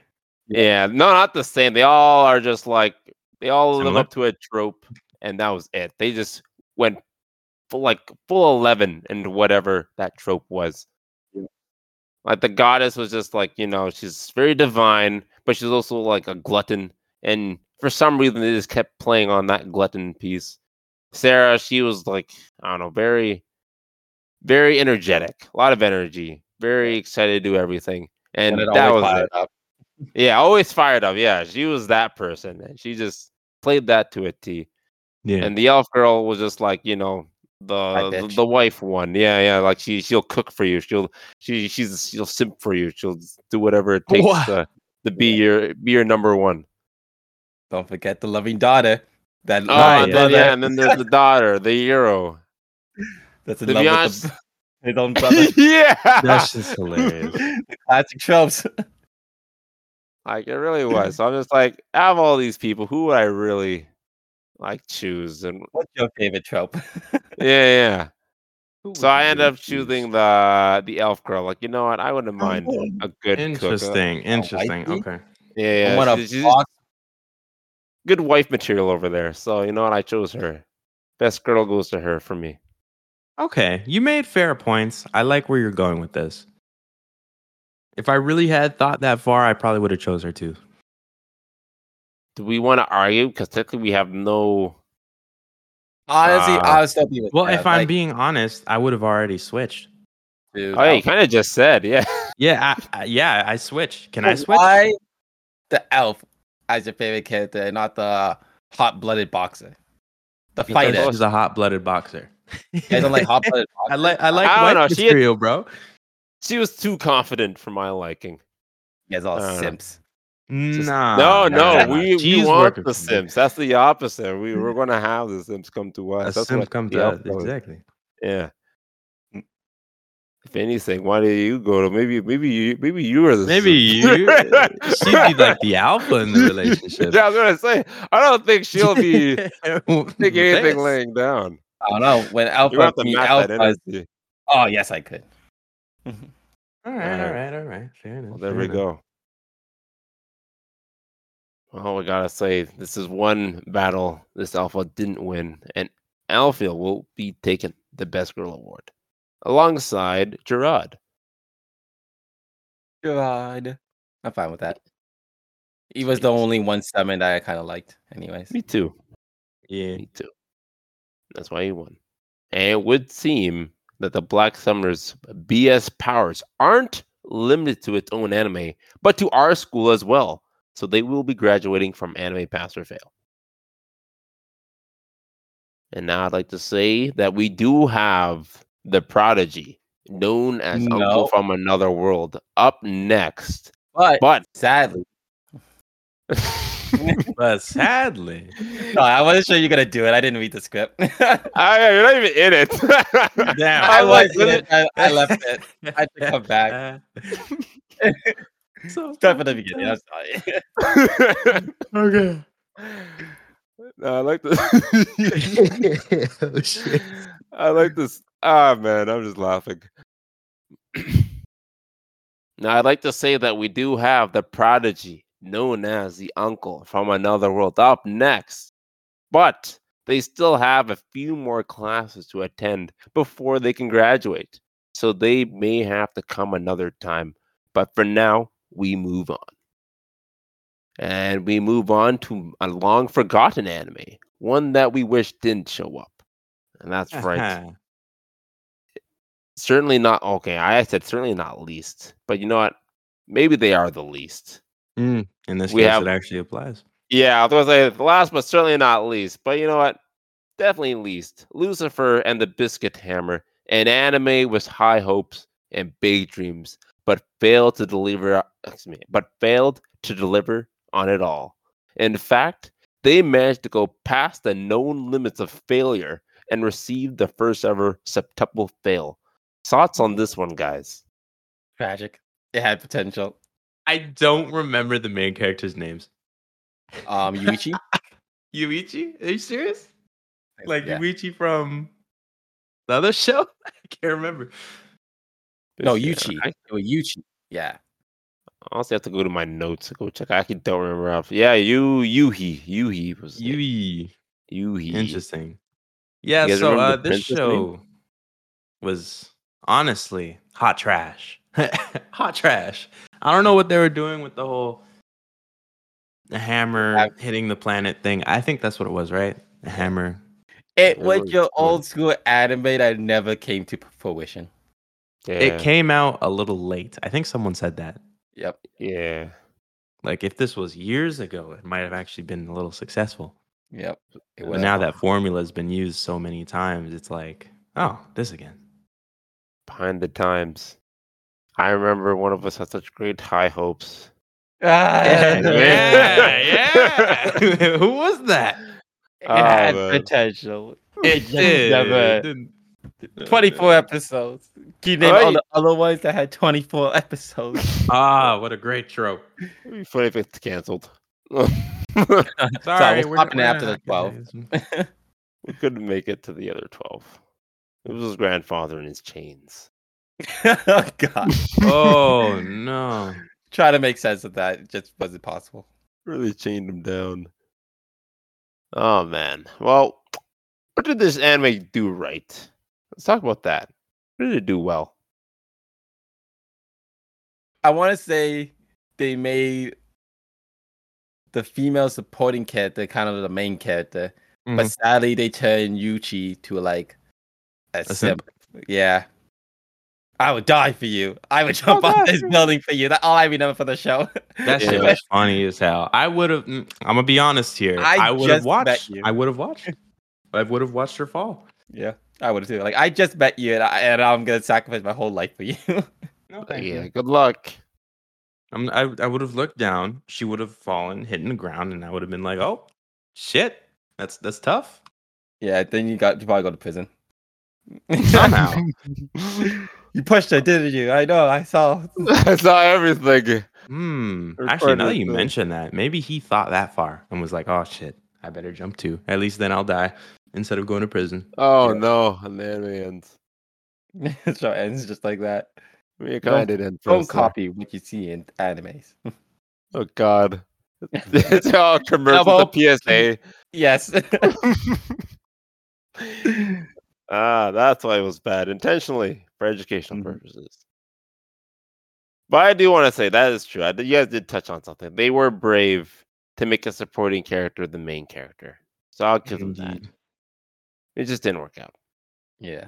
[SPEAKER 1] yeah, no, not the same. They all are just like they all live
[SPEAKER 3] Similar?
[SPEAKER 1] up to a trope, and that was it. They just went full, like full eleven and whatever that trope was. Like the goddess was just like you know she's very divine, but she's also like a glutton, and for some reason they just kept playing on that glutton piece. Sarah, she was like I don't know, very, very energetic, a lot of energy, very excited to do everything, and
[SPEAKER 2] Wanted
[SPEAKER 1] that
[SPEAKER 2] always
[SPEAKER 1] was it.
[SPEAKER 2] fired up.
[SPEAKER 1] Yeah, always fired up. Yeah, she was that person, and she just played that to a T.
[SPEAKER 3] Yeah.
[SPEAKER 1] And the elf girl was just like, you know, the the,
[SPEAKER 2] bitch.
[SPEAKER 1] the wife one. Yeah, yeah. Like she she'll cook for you. She'll she she's she'll simp for you. She'll s- do whatever it takes
[SPEAKER 3] Wha-
[SPEAKER 1] to, to be your be your number one.
[SPEAKER 2] Don't forget the loving daughter. That
[SPEAKER 1] Oh, and
[SPEAKER 3] Right,
[SPEAKER 1] then,
[SPEAKER 2] brother
[SPEAKER 1] yeah, and then there's the daughter, the hero.
[SPEAKER 2] that's in
[SPEAKER 1] To
[SPEAKER 2] love
[SPEAKER 1] be
[SPEAKER 2] with
[SPEAKER 1] honest,
[SPEAKER 2] the, his own brother.
[SPEAKER 1] yeah,
[SPEAKER 3] That's [LAUGHS] just hilarious.
[SPEAKER 2] the [LAUGHS] classic tropes.
[SPEAKER 1] [LAUGHS] Like it really was. So I'm just like, out of all these people, who would I really like choose? And
[SPEAKER 2] What's your favorite trope?
[SPEAKER 1] yeah, yeah.
[SPEAKER 3] Who would
[SPEAKER 1] So I
[SPEAKER 3] you
[SPEAKER 1] ended
[SPEAKER 3] really
[SPEAKER 1] up
[SPEAKER 3] choose?
[SPEAKER 1] choosing the the elf girl. Like, you know what? I wouldn't mind a good cook. Uh,
[SPEAKER 3] Interesting. Interesting.
[SPEAKER 2] wifey?
[SPEAKER 3] Okay.
[SPEAKER 1] Yeah,
[SPEAKER 2] I
[SPEAKER 1] yeah.
[SPEAKER 2] want
[SPEAKER 1] She's,
[SPEAKER 2] a
[SPEAKER 1] she's
[SPEAKER 2] box.
[SPEAKER 1] good wife material over there. So you know what? I chose her. Best girl goes to her for me.
[SPEAKER 3] Okay. You made fair points. I like where you're going with this. If I really had thought that far, I probably would have chose her too.
[SPEAKER 1] Do we want to argue? Because technically we have no.
[SPEAKER 2] Honestly,
[SPEAKER 1] Uh,
[SPEAKER 2] I was still be with
[SPEAKER 3] Well,
[SPEAKER 2] Kev,
[SPEAKER 3] if I'm
[SPEAKER 2] like,
[SPEAKER 3] being honest, I would have already switched.
[SPEAKER 2] dude,
[SPEAKER 1] Oh, yeah, you
[SPEAKER 2] Alpha.
[SPEAKER 1] kind of just said, yeah. [LAUGHS]
[SPEAKER 3] Yeah. I, I, yeah. I switched. Can I
[SPEAKER 2] So
[SPEAKER 3] switch?
[SPEAKER 2] Why the elf as your favorite character and not the hot blooded boxer? The
[SPEAKER 3] Because
[SPEAKER 2] fighter.
[SPEAKER 3] she's a hot-blooded boxer.
[SPEAKER 2] I
[SPEAKER 1] [LAUGHS]
[SPEAKER 2] don't like
[SPEAKER 3] [LAUGHS]
[SPEAKER 2] hot blooded
[SPEAKER 3] I
[SPEAKER 2] boxer.
[SPEAKER 3] like. I like.
[SPEAKER 1] I
[SPEAKER 3] I
[SPEAKER 1] don't know, she had-
[SPEAKER 3] bro.
[SPEAKER 1] She was too confident for my liking.
[SPEAKER 2] You guys all
[SPEAKER 1] I don't know.
[SPEAKER 2] simps.
[SPEAKER 1] Just-
[SPEAKER 3] nah,
[SPEAKER 1] no,
[SPEAKER 3] nah,
[SPEAKER 1] no,
[SPEAKER 3] Ah, nah.
[SPEAKER 1] we, we
[SPEAKER 3] She's
[SPEAKER 1] want
[SPEAKER 3] working
[SPEAKER 1] the
[SPEAKER 3] for me. Mm.
[SPEAKER 1] Sims. That's the opposite. We we're gonna have the Sims come to us.
[SPEAKER 3] A
[SPEAKER 1] That's
[SPEAKER 3] simp
[SPEAKER 1] what
[SPEAKER 3] come
[SPEAKER 1] the
[SPEAKER 3] to
[SPEAKER 1] elf
[SPEAKER 3] us.
[SPEAKER 1] girl is.
[SPEAKER 3] Exactly.
[SPEAKER 1] Yeah. If anything, why did you go to maybe maybe you maybe you were the
[SPEAKER 3] [LAUGHS] Maybe
[SPEAKER 1] simp.
[SPEAKER 3] you. She'd be like the alpha in
[SPEAKER 1] [LAUGHS]
[SPEAKER 3] the relationship.
[SPEAKER 1] Yeah, I was gonna say I don't think she'll
[SPEAKER 3] [LAUGHS]
[SPEAKER 1] be [LAUGHS] thinking anything
[SPEAKER 3] This.
[SPEAKER 1] laying down.
[SPEAKER 2] I don't know. When
[SPEAKER 1] Uh. You have
[SPEAKER 2] Alpha,
[SPEAKER 1] to
[SPEAKER 2] me,
[SPEAKER 1] match that
[SPEAKER 2] Alpha is-
[SPEAKER 1] energy.
[SPEAKER 2] oh yes, I could.
[SPEAKER 3] All right, all right, all right. Fair enough.
[SPEAKER 1] Well, there
[SPEAKER 3] fair
[SPEAKER 1] we
[SPEAKER 3] enough.
[SPEAKER 1] go. Oh, we gotta say this is one battle this alpha didn't win, and Alpha will be taking the best girl award alongside Gerard.
[SPEAKER 2] God. I'm fine with that. He was the only one summon that I kind of liked, anyways.
[SPEAKER 1] Me too.
[SPEAKER 3] Yeah.
[SPEAKER 1] Me too. That's why he won. And it would seem that the Black Summoner's BS powers aren't limited to its own anime, but to our school as well. So they will be graduating from anime pass or fail. And now I'd like to say that we do have the prodigy, known as
[SPEAKER 2] No.
[SPEAKER 1] Uncle from Another World, up
[SPEAKER 2] [LAUGHS]
[SPEAKER 1] next.
[SPEAKER 2] But
[SPEAKER 1] But
[SPEAKER 2] sadly,
[SPEAKER 3] [LAUGHS] But sadly,
[SPEAKER 2] [LAUGHS] no, I wasn't sure you're gonna do it. I didn't read the script. [LAUGHS]
[SPEAKER 1] I, you're not even in it. [LAUGHS]
[SPEAKER 3] damn.
[SPEAKER 2] I
[SPEAKER 1] like
[SPEAKER 2] was in
[SPEAKER 1] it.
[SPEAKER 2] it. I, I left it. I had to come back.
[SPEAKER 3] [LAUGHS] so
[SPEAKER 2] [LAUGHS] Start from the beginning. I'm sorry.
[SPEAKER 3] [LAUGHS]
[SPEAKER 2] [LAUGHS]
[SPEAKER 1] [LAUGHS]
[SPEAKER 3] okay.
[SPEAKER 1] I like this.
[SPEAKER 3] oh, shit.
[SPEAKER 1] [LAUGHS] I like this. Ah, man, I'm just laughing. now, I'd like to say that we do have the prodigy known as the uncle from another world up next, but they still have a few more classes to attend before they can graduate. So they may have to come another time. But for now, we move on. And we move on to a long forgotten anime, one that we wish didn't show up. And that's right
[SPEAKER 3] [LAUGHS]
[SPEAKER 1] certainly not okay. I said certainly not least, but you know what? Maybe they are the least.
[SPEAKER 3] Mm, in this
[SPEAKER 1] We
[SPEAKER 3] case,
[SPEAKER 1] have-
[SPEAKER 3] it actually applies.
[SPEAKER 1] Yeah, I was gonna say the last, but certainly not least. But you know what? Definitely least. Lucifer and the Biscuit Hammer, an anime with high hopes and big dreams, but failed to deliver. Excuse me, but failed to deliver on it all. In fact, they managed to go past the known limits of failure and received the first ever septuple fail. Thoughts on this one, guys?
[SPEAKER 2] Tragic. It had potential.
[SPEAKER 3] I don't remember the main characters' names.
[SPEAKER 2] Um, [LAUGHS] Yuichi.
[SPEAKER 3] Yuichi? Are you serious? Like
[SPEAKER 2] yeah.
[SPEAKER 3] Yuichi from the other [LAUGHS] show? I can't remember.
[SPEAKER 2] no
[SPEAKER 1] Yeah,
[SPEAKER 2] Yuchi.
[SPEAKER 1] I-
[SPEAKER 2] It was Yuchi. Yeah.
[SPEAKER 1] Honestly, I have to go to my notes to go check. I actually don't remember. Off. Yeah, you Yuhi. Yuhi was Yuhi.
[SPEAKER 3] Yui.
[SPEAKER 1] Yuhi.
[SPEAKER 3] Interesting. Yeah,
[SPEAKER 1] guys
[SPEAKER 3] so
[SPEAKER 1] remember
[SPEAKER 3] uh,
[SPEAKER 1] the
[SPEAKER 3] this
[SPEAKER 1] princess name?
[SPEAKER 3] show was honestly hot trash. [LAUGHS] hot trash. I don't know what they were doing with the whole the hammer
[SPEAKER 2] I-
[SPEAKER 3] hitting the planet thing. I think that's what it was, right? The hammer.
[SPEAKER 2] It
[SPEAKER 1] It
[SPEAKER 2] was
[SPEAKER 1] was
[SPEAKER 2] your
[SPEAKER 1] good.
[SPEAKER 2] old school anime that never came to fruition.
[SPEAKER 1] Yeah.
[SPEAKER 3] It came out a little late. I think someone said that.
[SPEAKER 2] Yep.
[SPEAKER 1] yeah.
[SPEAKER 3] Like if this was years ago, it might have actually been a little successful.
[SPEAKER 2] Yep. It
[SPEAKER 3] But
[SPEAKER 2] [LAUGHS]
[SPEAKER 3] now that formula has been used so many times, it's like, oh, this again.
[SPEAKER 1] Behind the times. I remember one of us had such great high hopes.
[SPEAKER 2] Ah,
[SPEAKER 1] Yeah, man.
[SPEAKER 3] yeah. [LAUGHS] Who was that?
[SPEAKER 2] it
[SPEAKER 1] Oh,
[SPEAKER 2] [LAUGHS] had
[SPEAKER 1] man.
[SPEAKER 2] potential.
[SPEAKER 3] It
[SPEAKER 2] just never-
[SPEAKER 3] didn't-
[SPEAKER 2] 24 episodes. Can you name all
[SPEAKER 1] Right.
[SPEAKER 2] the other ones that had
[SPEAKER 3] [LAUGHS]
[SPEAKER 2] 24 [LAUGHS] episodes?
[SPEAKER 3] Ah, what a great trope.
[SPEAKER 1] It'd be funny if it's canceled.
[SPEAKER 3] [LAUGHS]
[SPEAKER 1] [LAUGHS]
[SPEAKER 3] Sorry,
[SPEAKER 2] we'll
[SPEAKER 3] we're
[SPEAKER 2] stop it
[SPEAKER 3] we're
[SPEAKER 2] after the
[SPEAKER 3] not gonna-
[SPEAKER 1] we couldn't make it to the other 12. It was his grandfather in his
[SPEAKER 3] [LAUGHS]
[SPEAKER 1] chains.
[SPEAKER 2] oh, God.
[SPEAKER 3] [LAUGHS] Oh no.
[SPEAKER 2] Try to make sense of that. It just wasn't possible.
[SPEAKER 1] Really chained him down. Oh, man. Well, what did this anime do right? Let's talk about that. What did it do well?
[SPEAKER 2] I want to say they made the female supporting character kind of the main character, but
[SPEAKER 3] Mhm.
[SPEAKER 2] sadly they turned Yuchi to like a, simp.
[SPEAKER 3] simp.
[SPEAKER 2] Yeah. I would die for you. I would jump
[SPEAKER 1] I'll
[SPEAKER 2] off
[SPEAKER 1] die
[SPEAKER 2] this
[SPEAKER 1] for you.
[SPEAKER 2] building for you. That's all I remember for the show. [LAUGHS]
[SPEAKER 3] That shit
[SPEAKER 1] Yeah.
[SPEAKER 3] was funny as hell. I would have. I'm gonna be honest here.
[SPEAKER 2] I
[SPEAKER 3] I, would have
[SPEAKER 2] just met
[SPEAKER 3] watched.
[SPEAKER 2] you.
[SPEAKER 3] I would have watched. I would have watched her fall.
[SPEAKER 2] Yeah, I would too. Like I just met you, and, I, and I'm gonna sacrifice my whole life for you. [LAUGHS]
[SPEAKER 3] No,
[SPEAKER 1] yeah, good luck.
[SPEAKER 3] I'm, I I would have looked down. She would have fallen, hitting the ground, and I would have been like, "Oh, shit, that's that's tough."
[SPEAKER 2] yeah, then you got you probably go to prison.
[SPEAKER 1] [LAUGHS]
[SPEAKER 3] Somehow.
[SPEAKER 2] you pushed her, didn't you? I know. I saw. [LAUGHS]
[SPEAKER 1] I saw everything.
[SPEAKER 3] Hmm.
[SPEAKER 1] Or
[SPEAKER 3] Actually, now
[SPEAKER 1] Carter,
[SPEAKER 3] that you
[SPEAKER 1] uh,
[SPEAKER 3] mention that, maybe he thought that far and was like, "Oh shit, I better jump too. At least then I'll die instead of going to prison."
[SPEAKER 1] Oh
[SPEAKER 2] Yeah.
[SPEAKER 1] no, and the anime ends.
[SPEAKER 2] so it ends just like that.
[SPEAKER 1] I mean, it
[SPEAKER 2] Don't-
[SPEAKER 1] kind of did end. for
[SPEAKER 2] Don't
[SPEAKER 1] us there.
[SPEAKER 2] copy what you see in animes.
[SPEAKER 1] Oh
[SPEAKER 2] [LAUGHS]
[SPEAKER 1] god, it's all commercial.
[SPEAKER 2] Double.
[SPEAKER 1] The PSA.
[SPEAKER 2] [LAUGHS] Yes.
[SPEAKER 1] ah, that's why it was bad intentionally for educational
[SPEAKER 2] Mhm.
[SPEAKER 1] purposes. But I do want to say that is true. I, did- you guys did touch on something. They were brave to make a supporting character the main character. So I'll give them
[SPEAKER 2] Mm-hmm.
[SPEAKER 1] that.
[SPEAKER 3] Indeed.
[SPEAKER 1] It just didn't work out.
[SPEAKER 2] yeah.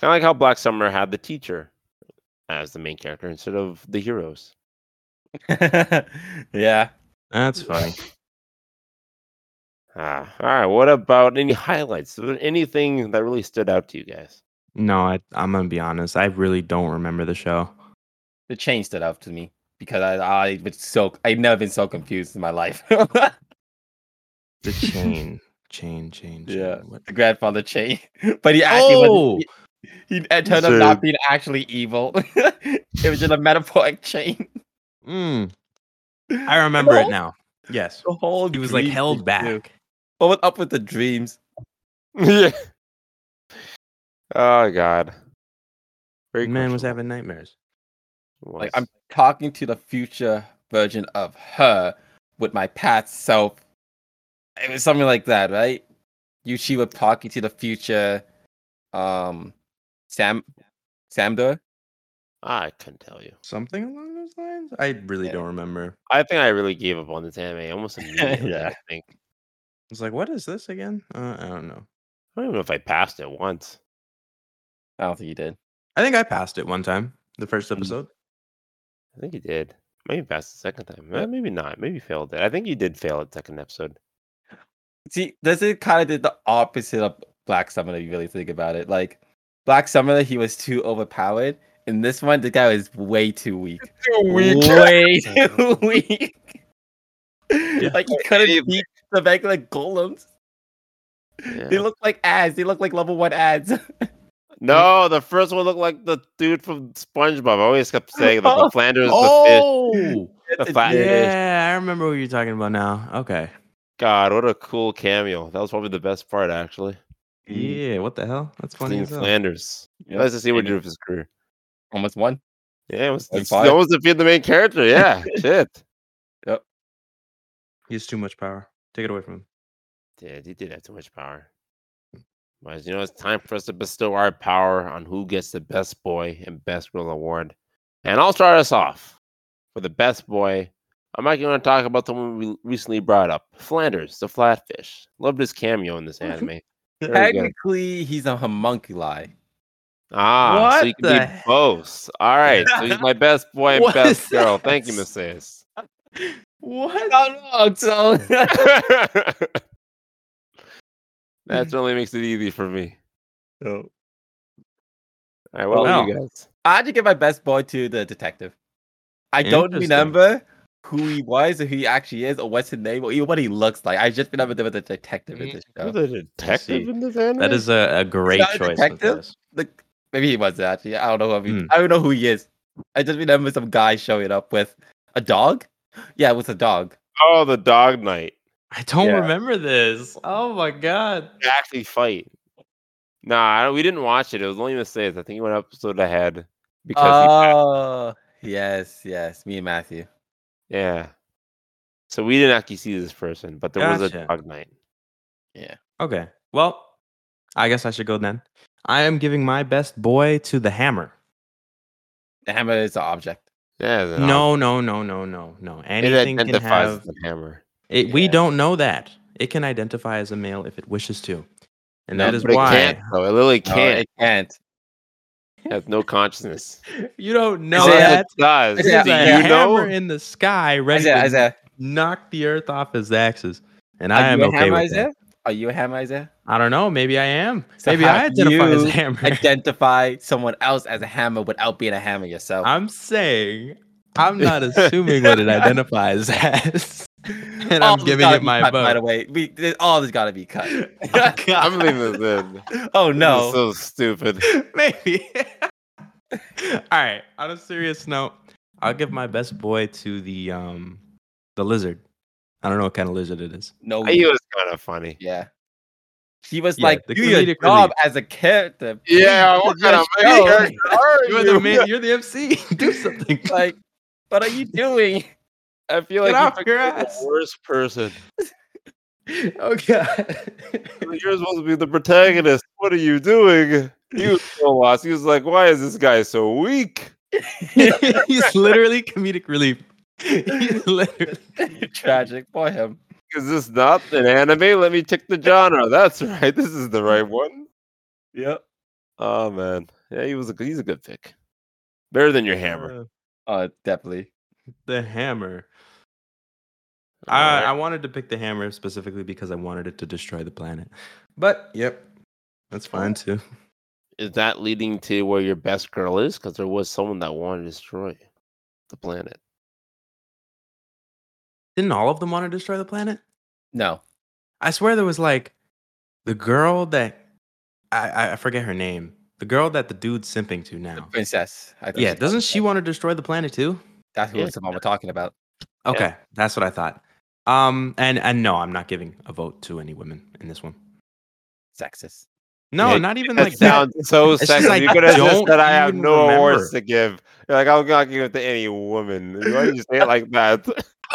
[SPEAKER 1] Kind of like how Black Summer had the teacher as the main character instead of the heroes.
[SPEAKER 2] [LAUGHS] yeah.
[SPEAKER 3] That's funny.
[SPEAKER 1] Ah, all right. What about any highlights? Was there Anything that really stood out to you guys? [LAUGHS]
[SPEAKER 3] No, I, I'm gonna be honest. I really don't remember the show.
[SPEAKER 2] The change stood out to me because I I was so I've never been so confused in my life. [LAUGHS]
[SPEAKER 3] The chain, chain, chain. chain. [LAUGHS]
[SPEAKER 2] Yeah.
[SPEAKER 3] What?
[SPEAKER 2] the grandfather chain. [LAUGHS] But he actually wasn't,
[SPEAKER 3] Oh!
[SPEAKER 2] he- He it turned up
[SPEAKER 1] So-
[SPEAKER 2] not being actually evil. [LAUGHS] it was just a [LAUGHS] metaphoric chain.
[SPEAKER 3] Mm, I remember it
[SPEAKER 2] whole-
[SPEAKER 3] now. Yes.
[SPEAKER 2] The [LAUGHS] whole
[SPEAKER 3] He was like
[SPEAKER 2] dream
[SPEAKER 3] held
[SPEAKER 2] thing, too.
[SPEAKER 3] back.
[SPEAKER 2] What was up with the dreams?
[SPEAKER 1] yeah. Oh God. Very
[SPEAKER 3] Man was
[SPEAKER 1] questionable.
[SPEAKER 3] having nightmares.
[SPEAKER 1] It
[SPEAKER 2] Like
[SPEAKER 1] was.
[SPEAKER 2] I'm talking to the future version of her with my past self. It was something like that, right? Yuchi was talking to the future um Sam Samdor.
[SPEAKER 1] I couldn't tell you.
[SPEAKER 3] Something along those lines. I really
[SPEAKER 2] Yeah.
[SPEAKER 3] don't remember.
[SPEAKER 1] I think I really gave up on this anime almost immediately.
[SPEAKER 2] Yeah.
[SPEAKER 1] I think
[SPEAKER 3] I was like, what is this again? Uh, I don't know.
[SPEAKER 1] I don't even know if I passed it once.
[SPEAKER 2] I don't think he did.
[SPEAKER 3] I think I passed it one time, the first
[SPEAKER 2] Mm.
[SPEAKER 3] episode.
[SPEAKER 1] I think you did. Maybe passed the second time. Eh, maybe not. Maybe failed it. I think you did fail at second episode.
[SPEAKER 2] See, this is kind of did the opposite of Black Summoner. If you really think about it, like Black Summoner, he was too overpowered. In this one, the guy was way too weak. [LAUGHS] Way too weak. Like he couldn't beat the regular golems. They
[SPEAKER 1] Yeah.
[SPEAKER 2] look like ads. They look like level one ads.
[SPEAKER 1] No, the first one looked like the dude from SpongeBob. I always kept saying that the Flanders, the
[SPEAKER 2] [LAUGHS]
[SPEAKER 3] Oh,
[SPEAKER 1] fish, the fat fish.
[SPEAKER 3] yeah. I remember what you're talking about now. Okay.
[SPEAKER 1] God, what a cool cameo! That was probably the best part, actually.
[SPEAKER 2] Mm.
[SPEAKER 3] Yeah. What the hell? That's funny.
[SPEAKER 1] Seeing
[SPEAKER 3] as hell.
[SPEAKER 1] Flanders.
[SPEAKER 2] Yep.
[SPEAKER 1] Nice to see what he
[SPEAKER 2] And
[SPEAKER 1] did with his career.
[SPEAKER 2] Almost one.
[SPEAKER 1] Yeah, it was
[SPEAKER 2] And
[SPEAKER 1] it's
[SPEAKER 2] five.
[SPEAKER 1] almost defeat the main character. Yeah, shit.
[SPEAKER 3] He has too much power. Take it away from him.
[SPEAKER 1] Dude, he did have too much power. But you know, it's time for us to bestow our power on who gets the best boy and best girl award. And I'll start us off for the best boy. I'm actually going to talk about someone we recently brought up, Flanders, the flatfish. Loved his cameo in this anime. Very good.
[SPEAKER 2] Technically, he's a homunculi.
[SPEAKER 1] Ah, so
[SPEAKER 3] What
[SPEAKER 1] you can
[SPEAKER 3] the
[SPEAKER 1] be
[SPEAKER 3] heck?
[SPEAKER 1] both. All right, so he's my
[SPEAKER 3] [LAUGHS]
[SPEAKER 1] best boy and
[SPEAKER 3] What
[SPEAKER 1] best
[SPEAKER 3] is
[SPEAKER 1] girl. Thank you,
[SPEAKER 3] this?
[SPEAKER 1] Miss
[SPEAKER 3] [LAUGHS]
[SPEAKER 1] Sayers.
[SPEAKER 3] What?
[SPEAKER 2] Oh no!
[SPEAKER 1] [LAUGHS]
[SPEAKER 2] So
[SPEAKER 1] that certainly makes it easy for me.
[SPEAKER 2] Oh.
[SPEAKER 1] All right, what about you
[SPEAKER 3] Wow.
[SPEAKER 1] guys?
[SPEAKER 2] [LAUGHS] I had to give my best boy to the detective. I don't
[SPEAKER 3] Interesting.
[SPEAKER 2] remember who he was or who he actually is or what's his name or even what he looks like. I just remember there was a detective in this
[SPEAKER 1] You're
[SPEAKER 2] show.
[SPEAKER 1] the detective in this anime?
[SPEAKER 3] That is a, a great
[SPEAKER 2] not a
[SPEAKER 3] choice.
[SPEAKER 2] detective?
[SPEAKER 3] Matthias.
[SPEAKER 2] Like, maybe he wasn't actually. I don't know. Who he,
[SPEAKER 3] Hmm.
[SPEAKER 2] I don't know who he is. I just remember some guy showing up with a dog. Yeah, it was a dog.
[SPEAKER 1] oh the dog knight.
[SPEAKER 3] I don't
[SPEAKER 2] Yeah.
[SPEAKER 3] remember this. Oh my god.
[SPEAKER 1] They actually fight. Nah, I don't- we didn't watch it. It was only mistakes. I think one episode ahead because
[SPEAKER 3] Uh.
[SPEAKER 1] he-
[SPEAKER 2] Oh, yes, yes. Me and Matthew.
[SPEAKER 1] yeah. So we didn't actually see this person, but there was a
[SPEAKER 3] Gotcha.
[SPEAKER 1] dog knight.
[SPEAKER 3] Okay. Well, I guess I should go then. I am giving my best boy to the hammer.
[SPEAKER 2] The hammer is an object.
[SPEAKER 1] Yeah. it's an
[SPEAKER 3] No, no, no, no, no, no.
[SPEAKER 1] ob- It
[SPEAKER 3] Anything can
[SPEAKER 1] identifies
[SPEAKER 3] have
[SPEAKER 1] as the hammer.
[SPEAKER 3] It, We
[SPEAKER 2] Yeah.
[SPEAKER 3] don't know that. It can identify as a male if it wishes to. And
[SPEAKER 2] No,
[SPEAKER 3] that is
[SPEAKER 1] But it
[SPEAKER 3] why
[SPEAKER 1] can't. Though. It literally
[SPEAKER 2] No,
[SPEAKER 1] can't.
[SPEAKER 2] it can't.
[SPEAKER 1] it has no
[SPEAKER 3] [LAUGHS]
[SPEAKER 1] consciousness.
[SPEAKER 3] you don't know
[SPEAKER 2] Isaiah-
[SPEAKER 3] that.
[SPEAKER 1] it does.
[SPEAKER 3] It
[SPEAKER 1] Do
[SPEAKER 3] is
[SPEAKER 2] Isaiah-
[SPEAKER 3] a
[SPEAKER 1] you
[SPEAKER 2] Isaiah-
[SPEAKER 1] know?
[SPEAKER 3] hammer in the sky ready
[SPEAKER 2] Isaiah,
[SPEAKER 3] to
[SPEAKER 2] Isaiah,
[SPEAKER 3] knock the earth off his axis. And
[SPEAKER 2] are
[SPEAKER 3] I am
[SPEAKER 2] you a
[SPEAKER 3] okay
[SPEAKER 2] hammer,
[SPEAKER 3] with
[SPEAKER 2] Isaiah?
[SPEAKER 3] that.
[SPEAKER 2] Are you a hammer, Isaiah?
[SPEAKER 3] [LAUGHS] I don't know. Maybe I am.
[SPEAKER 2] So
[SPEAKER 3] maybe
[SPEAKER 2] how
[SPEAKER 3] I
[SPEAKER 2] do
[SPEAKER 3] identify as
[SPEAKER 2] you
[SPEAKER 3] a hammer.
[SPEAKER 2] identify someone else as a hammer without being a hammer
[SPEAKER 3] [LAUGHS]
[SPEAKER 2] yourself.
[SPEAKER 3] I'm saying I'm not assuming
[SPEAKER 2] [LAUGHS]
[SPEAKER 3] what it identifies as. [LAUGHS] And
[SPEAKER 2] All
[SPEAKER 3] I'm
[SPEAKER 2] this
[SPEAKER 3] giving
[SPEAKER 2] gotta
[SPEAKER 3] it
[SPEAKER 2] be
[SPEAKER 3] my
[SPEAKER 2] cut, By the
[SPEAKER 3] vote. Oh,
[SPEAKER 2] way, we, this- all this got to
[SPEAKER 3] [LAUGHS]
[SPEAKER 2] be cut.
[SPEAKER 1] [LAUGHS]
[SPEAKER 2] [LAUGHS]
[SPEAKER 1] I'm leaving this in. This
[SPEAKER 2] oh
[SPEAKER 1] is
[SPEAKER 2] no!
[SPEAKER 1] so
[SPEAKER 3] [LAUGHS]
[SPEAKER 1] stupid.
[SPEAKER 3] Maybe. All right. On a serious note, I'll give my best boy to the um the lizard. I don't know what kind of lizard it is.
[SPEAKER 2] No,
[SPEAKER 1] He was kind of funny.
[SPEAKER 2] yeah. He was
[SPEAKER 3] Yeah,
[SPEAKER 2] like,
[SPEAKER 3] the
[SPEAKER 2] do your
[SPEAKER 3] comedic
[SPEAKER 2] job as a character.
[SPEAKER 1] Yeah,
[SPEAKER 2] Please,
[SPEAKER 1] what
[SPEAKER 2] do your
[SPEAKER 1] kind of main
[SPEAKER 2] show."
[SPEAKER 1] character
[SPEAKER 3] [LAUGHS]
[SPEAKER 1] are
[SPEAKER 3] You're
[SPEAKER 1] you? [LAUGHS]
[SPEAKER 3] the man, you're the MC. [LAUGHS] Do something.
[SPEAKER 2] Like, what are you doing?
[SPEAKER 1] I feel
[SPEAKER 3] Get
[SPEAKER 1] like you
[SPEAKER 3] off
[SPEAKER 1] picked
[SPEAKER 3] your
[SPEAKER 1] the
[SPEAKER 3] ass.
[SPEAKER 1] worst person.
[SPEAKER 3] [LAUGHS] oh god.
[SPEAKER 1] You're supposed to be the protagonist. What are you doing? He was so lost. He was like, "Why is this guy so weak?"
[SPEAKER 3] [LAUGHS] He's literally comedic relief. He's literally
[SPEAKER 2] [LAUGHS] Tragic for him.
[SPEAKER 1] Is this not an anime? Let me check the genre. That's [LAUGHS] right. This is the right one.
[SPEAKER 2] Yep.
[SPEAKER 1] Oh man, yeah, he was a he's a good pick. Better than your hammer.
[SPEAKER 3] Uh,
[SPEAKER 2] Oh, definitely.
[SPEAKER 3] the hammer. I,
[SPEAKER 1] Alright.
[SPEAKER 3] I wanted to pick the hammer specifically because I wanted it to destroy the planet. But Oh. yep, that's fine too.
[SPEAKER 1] is that leading to where your best girl is? Because there was someone that wanted to destroy the planet.
[SPEAKER 3] Didn't all of them want to destroy the planet?
[SPEAKER 2] No.
[SPEAKER 3] I swear there was like the girl that I, I- I forget her name. The girl that the dude's simping to now.
[SPEAKER 2] Princess. I
[SPEAKER 3] Yeah,
[SPEAKER 2] she's called
[SPEAKER 3] doesn't she
[SPEAKER 2] Princess.
[SPEAKER 3] want to destroy the planet too?
[SPEAKER 2] That's
[SPEAKER 1] Yeah.
[SPEAKER 2] what someone we're talking about.
[SPEAKER 3] Okay, that's what I thought. Um, and and no, I'm not giving a vote to any women in this one.
[SPEAKER 2] Sexist.
[SPEAKER 3] No,
[SPEAKER 1] Yeah,
[SPEAKER 3] not even
[SPEAKER 1] That
[SPEAKER 3] like that.
[SPEAKER 1] sounds so
[SPEAKER 3] It's just
[SPEAKER 1] sexy.
[SPEAKER 3] like,
[SPEAKER 1] you could have just
[SPEAKER 3] don't
[SPEAKER 1] said I have
[SPEAKER 3] even
[SPEAKER 1] no awards
[SPEAKER 3] remember.
[SPEAKER 1] to give. You're like, I'm not giving it to any woman. Why do you say it like that?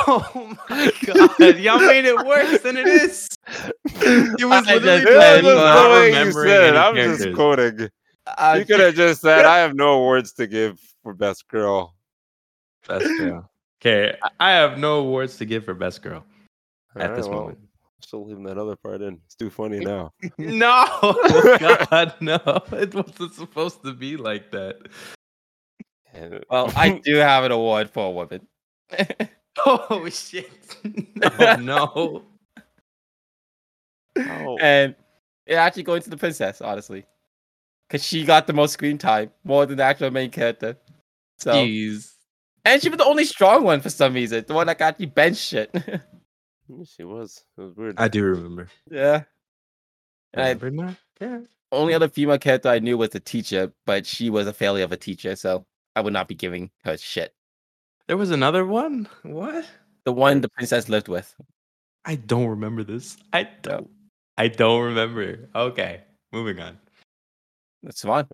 [SPEAKER 3] Oh my god, y'all made it worse than it is. [LAUGHS] It was
[SPEAKER 2] I
[SPEAKER 3] literally
[SPEAKER 1] It was just
[SPEAKER 3] playing
[SPEAKER 2] just said,
[SPEAKER 1] the
[SPEAKER 3] without
[SPEAKER 1] way you
[SPEAKER 3] remembering
[SPEAKER 1] said it.
[SPEAKER 3] any
[SPEAKER 1] I'm
[SPEAKER 3] characters.
[SPEAKER 1] just quoting.
[SPEAKER 2] Uh,
[SPEAKER 1] you could
[SPEAKER 3] [LAUGHS]
[SPEAKER 1] have just said, I have no awards to give for best girl.
[SPEAKER 3] Best girl. Okay, I have no awards to give for best girl. At
[SPEAKER 1] Alright,
[SPEAKER 3] this
[SPEAKER 1] well,
[SPEAKER 3] moment.
[SPEAKER 1] I'm still leaving that other part in. It's too funny now.
[SPEAKER 3] [LAUGHS] No, God, no! It wasn't supposed to be like that.
[SPEAKER 1] And-
[SPEAKER 2] well, I do have an award for a woman. [LAUGHS]
[SPEAKER 3] Oh shit! No, [LAUGHS] no.
[SPEAKER 1] [LAUGHS] Oh,
[SPEAKER 2] and it actually going to the princess, honestly. Because she got the most screen time, more than the actual main character. So,
[SPEAKER 3] Jeez.
[SPEAKER 2] and she was the only strong one for some reason, the one that got actually bench shit. [LAUGHS]
[SPEAKER 1] she was. It was weird.
[SPEAKER 3] I do remember.
[SPEAKER 2] yeah. And I,
[SPEAKER 3] Remember now? Yeah.
[SPEAKER 2] only other female character I knew was the teacher, but she was a failure of a teacher, so I would not be giving her shit.
[SPEAKER 3] There was another one. What?
[SPEAKER 2] The one the princess lived with.
[SPEAKER 3] I don't remember this. I don't. I don't remember. Okay, moving on.
[SPEAKER 2] That's fine.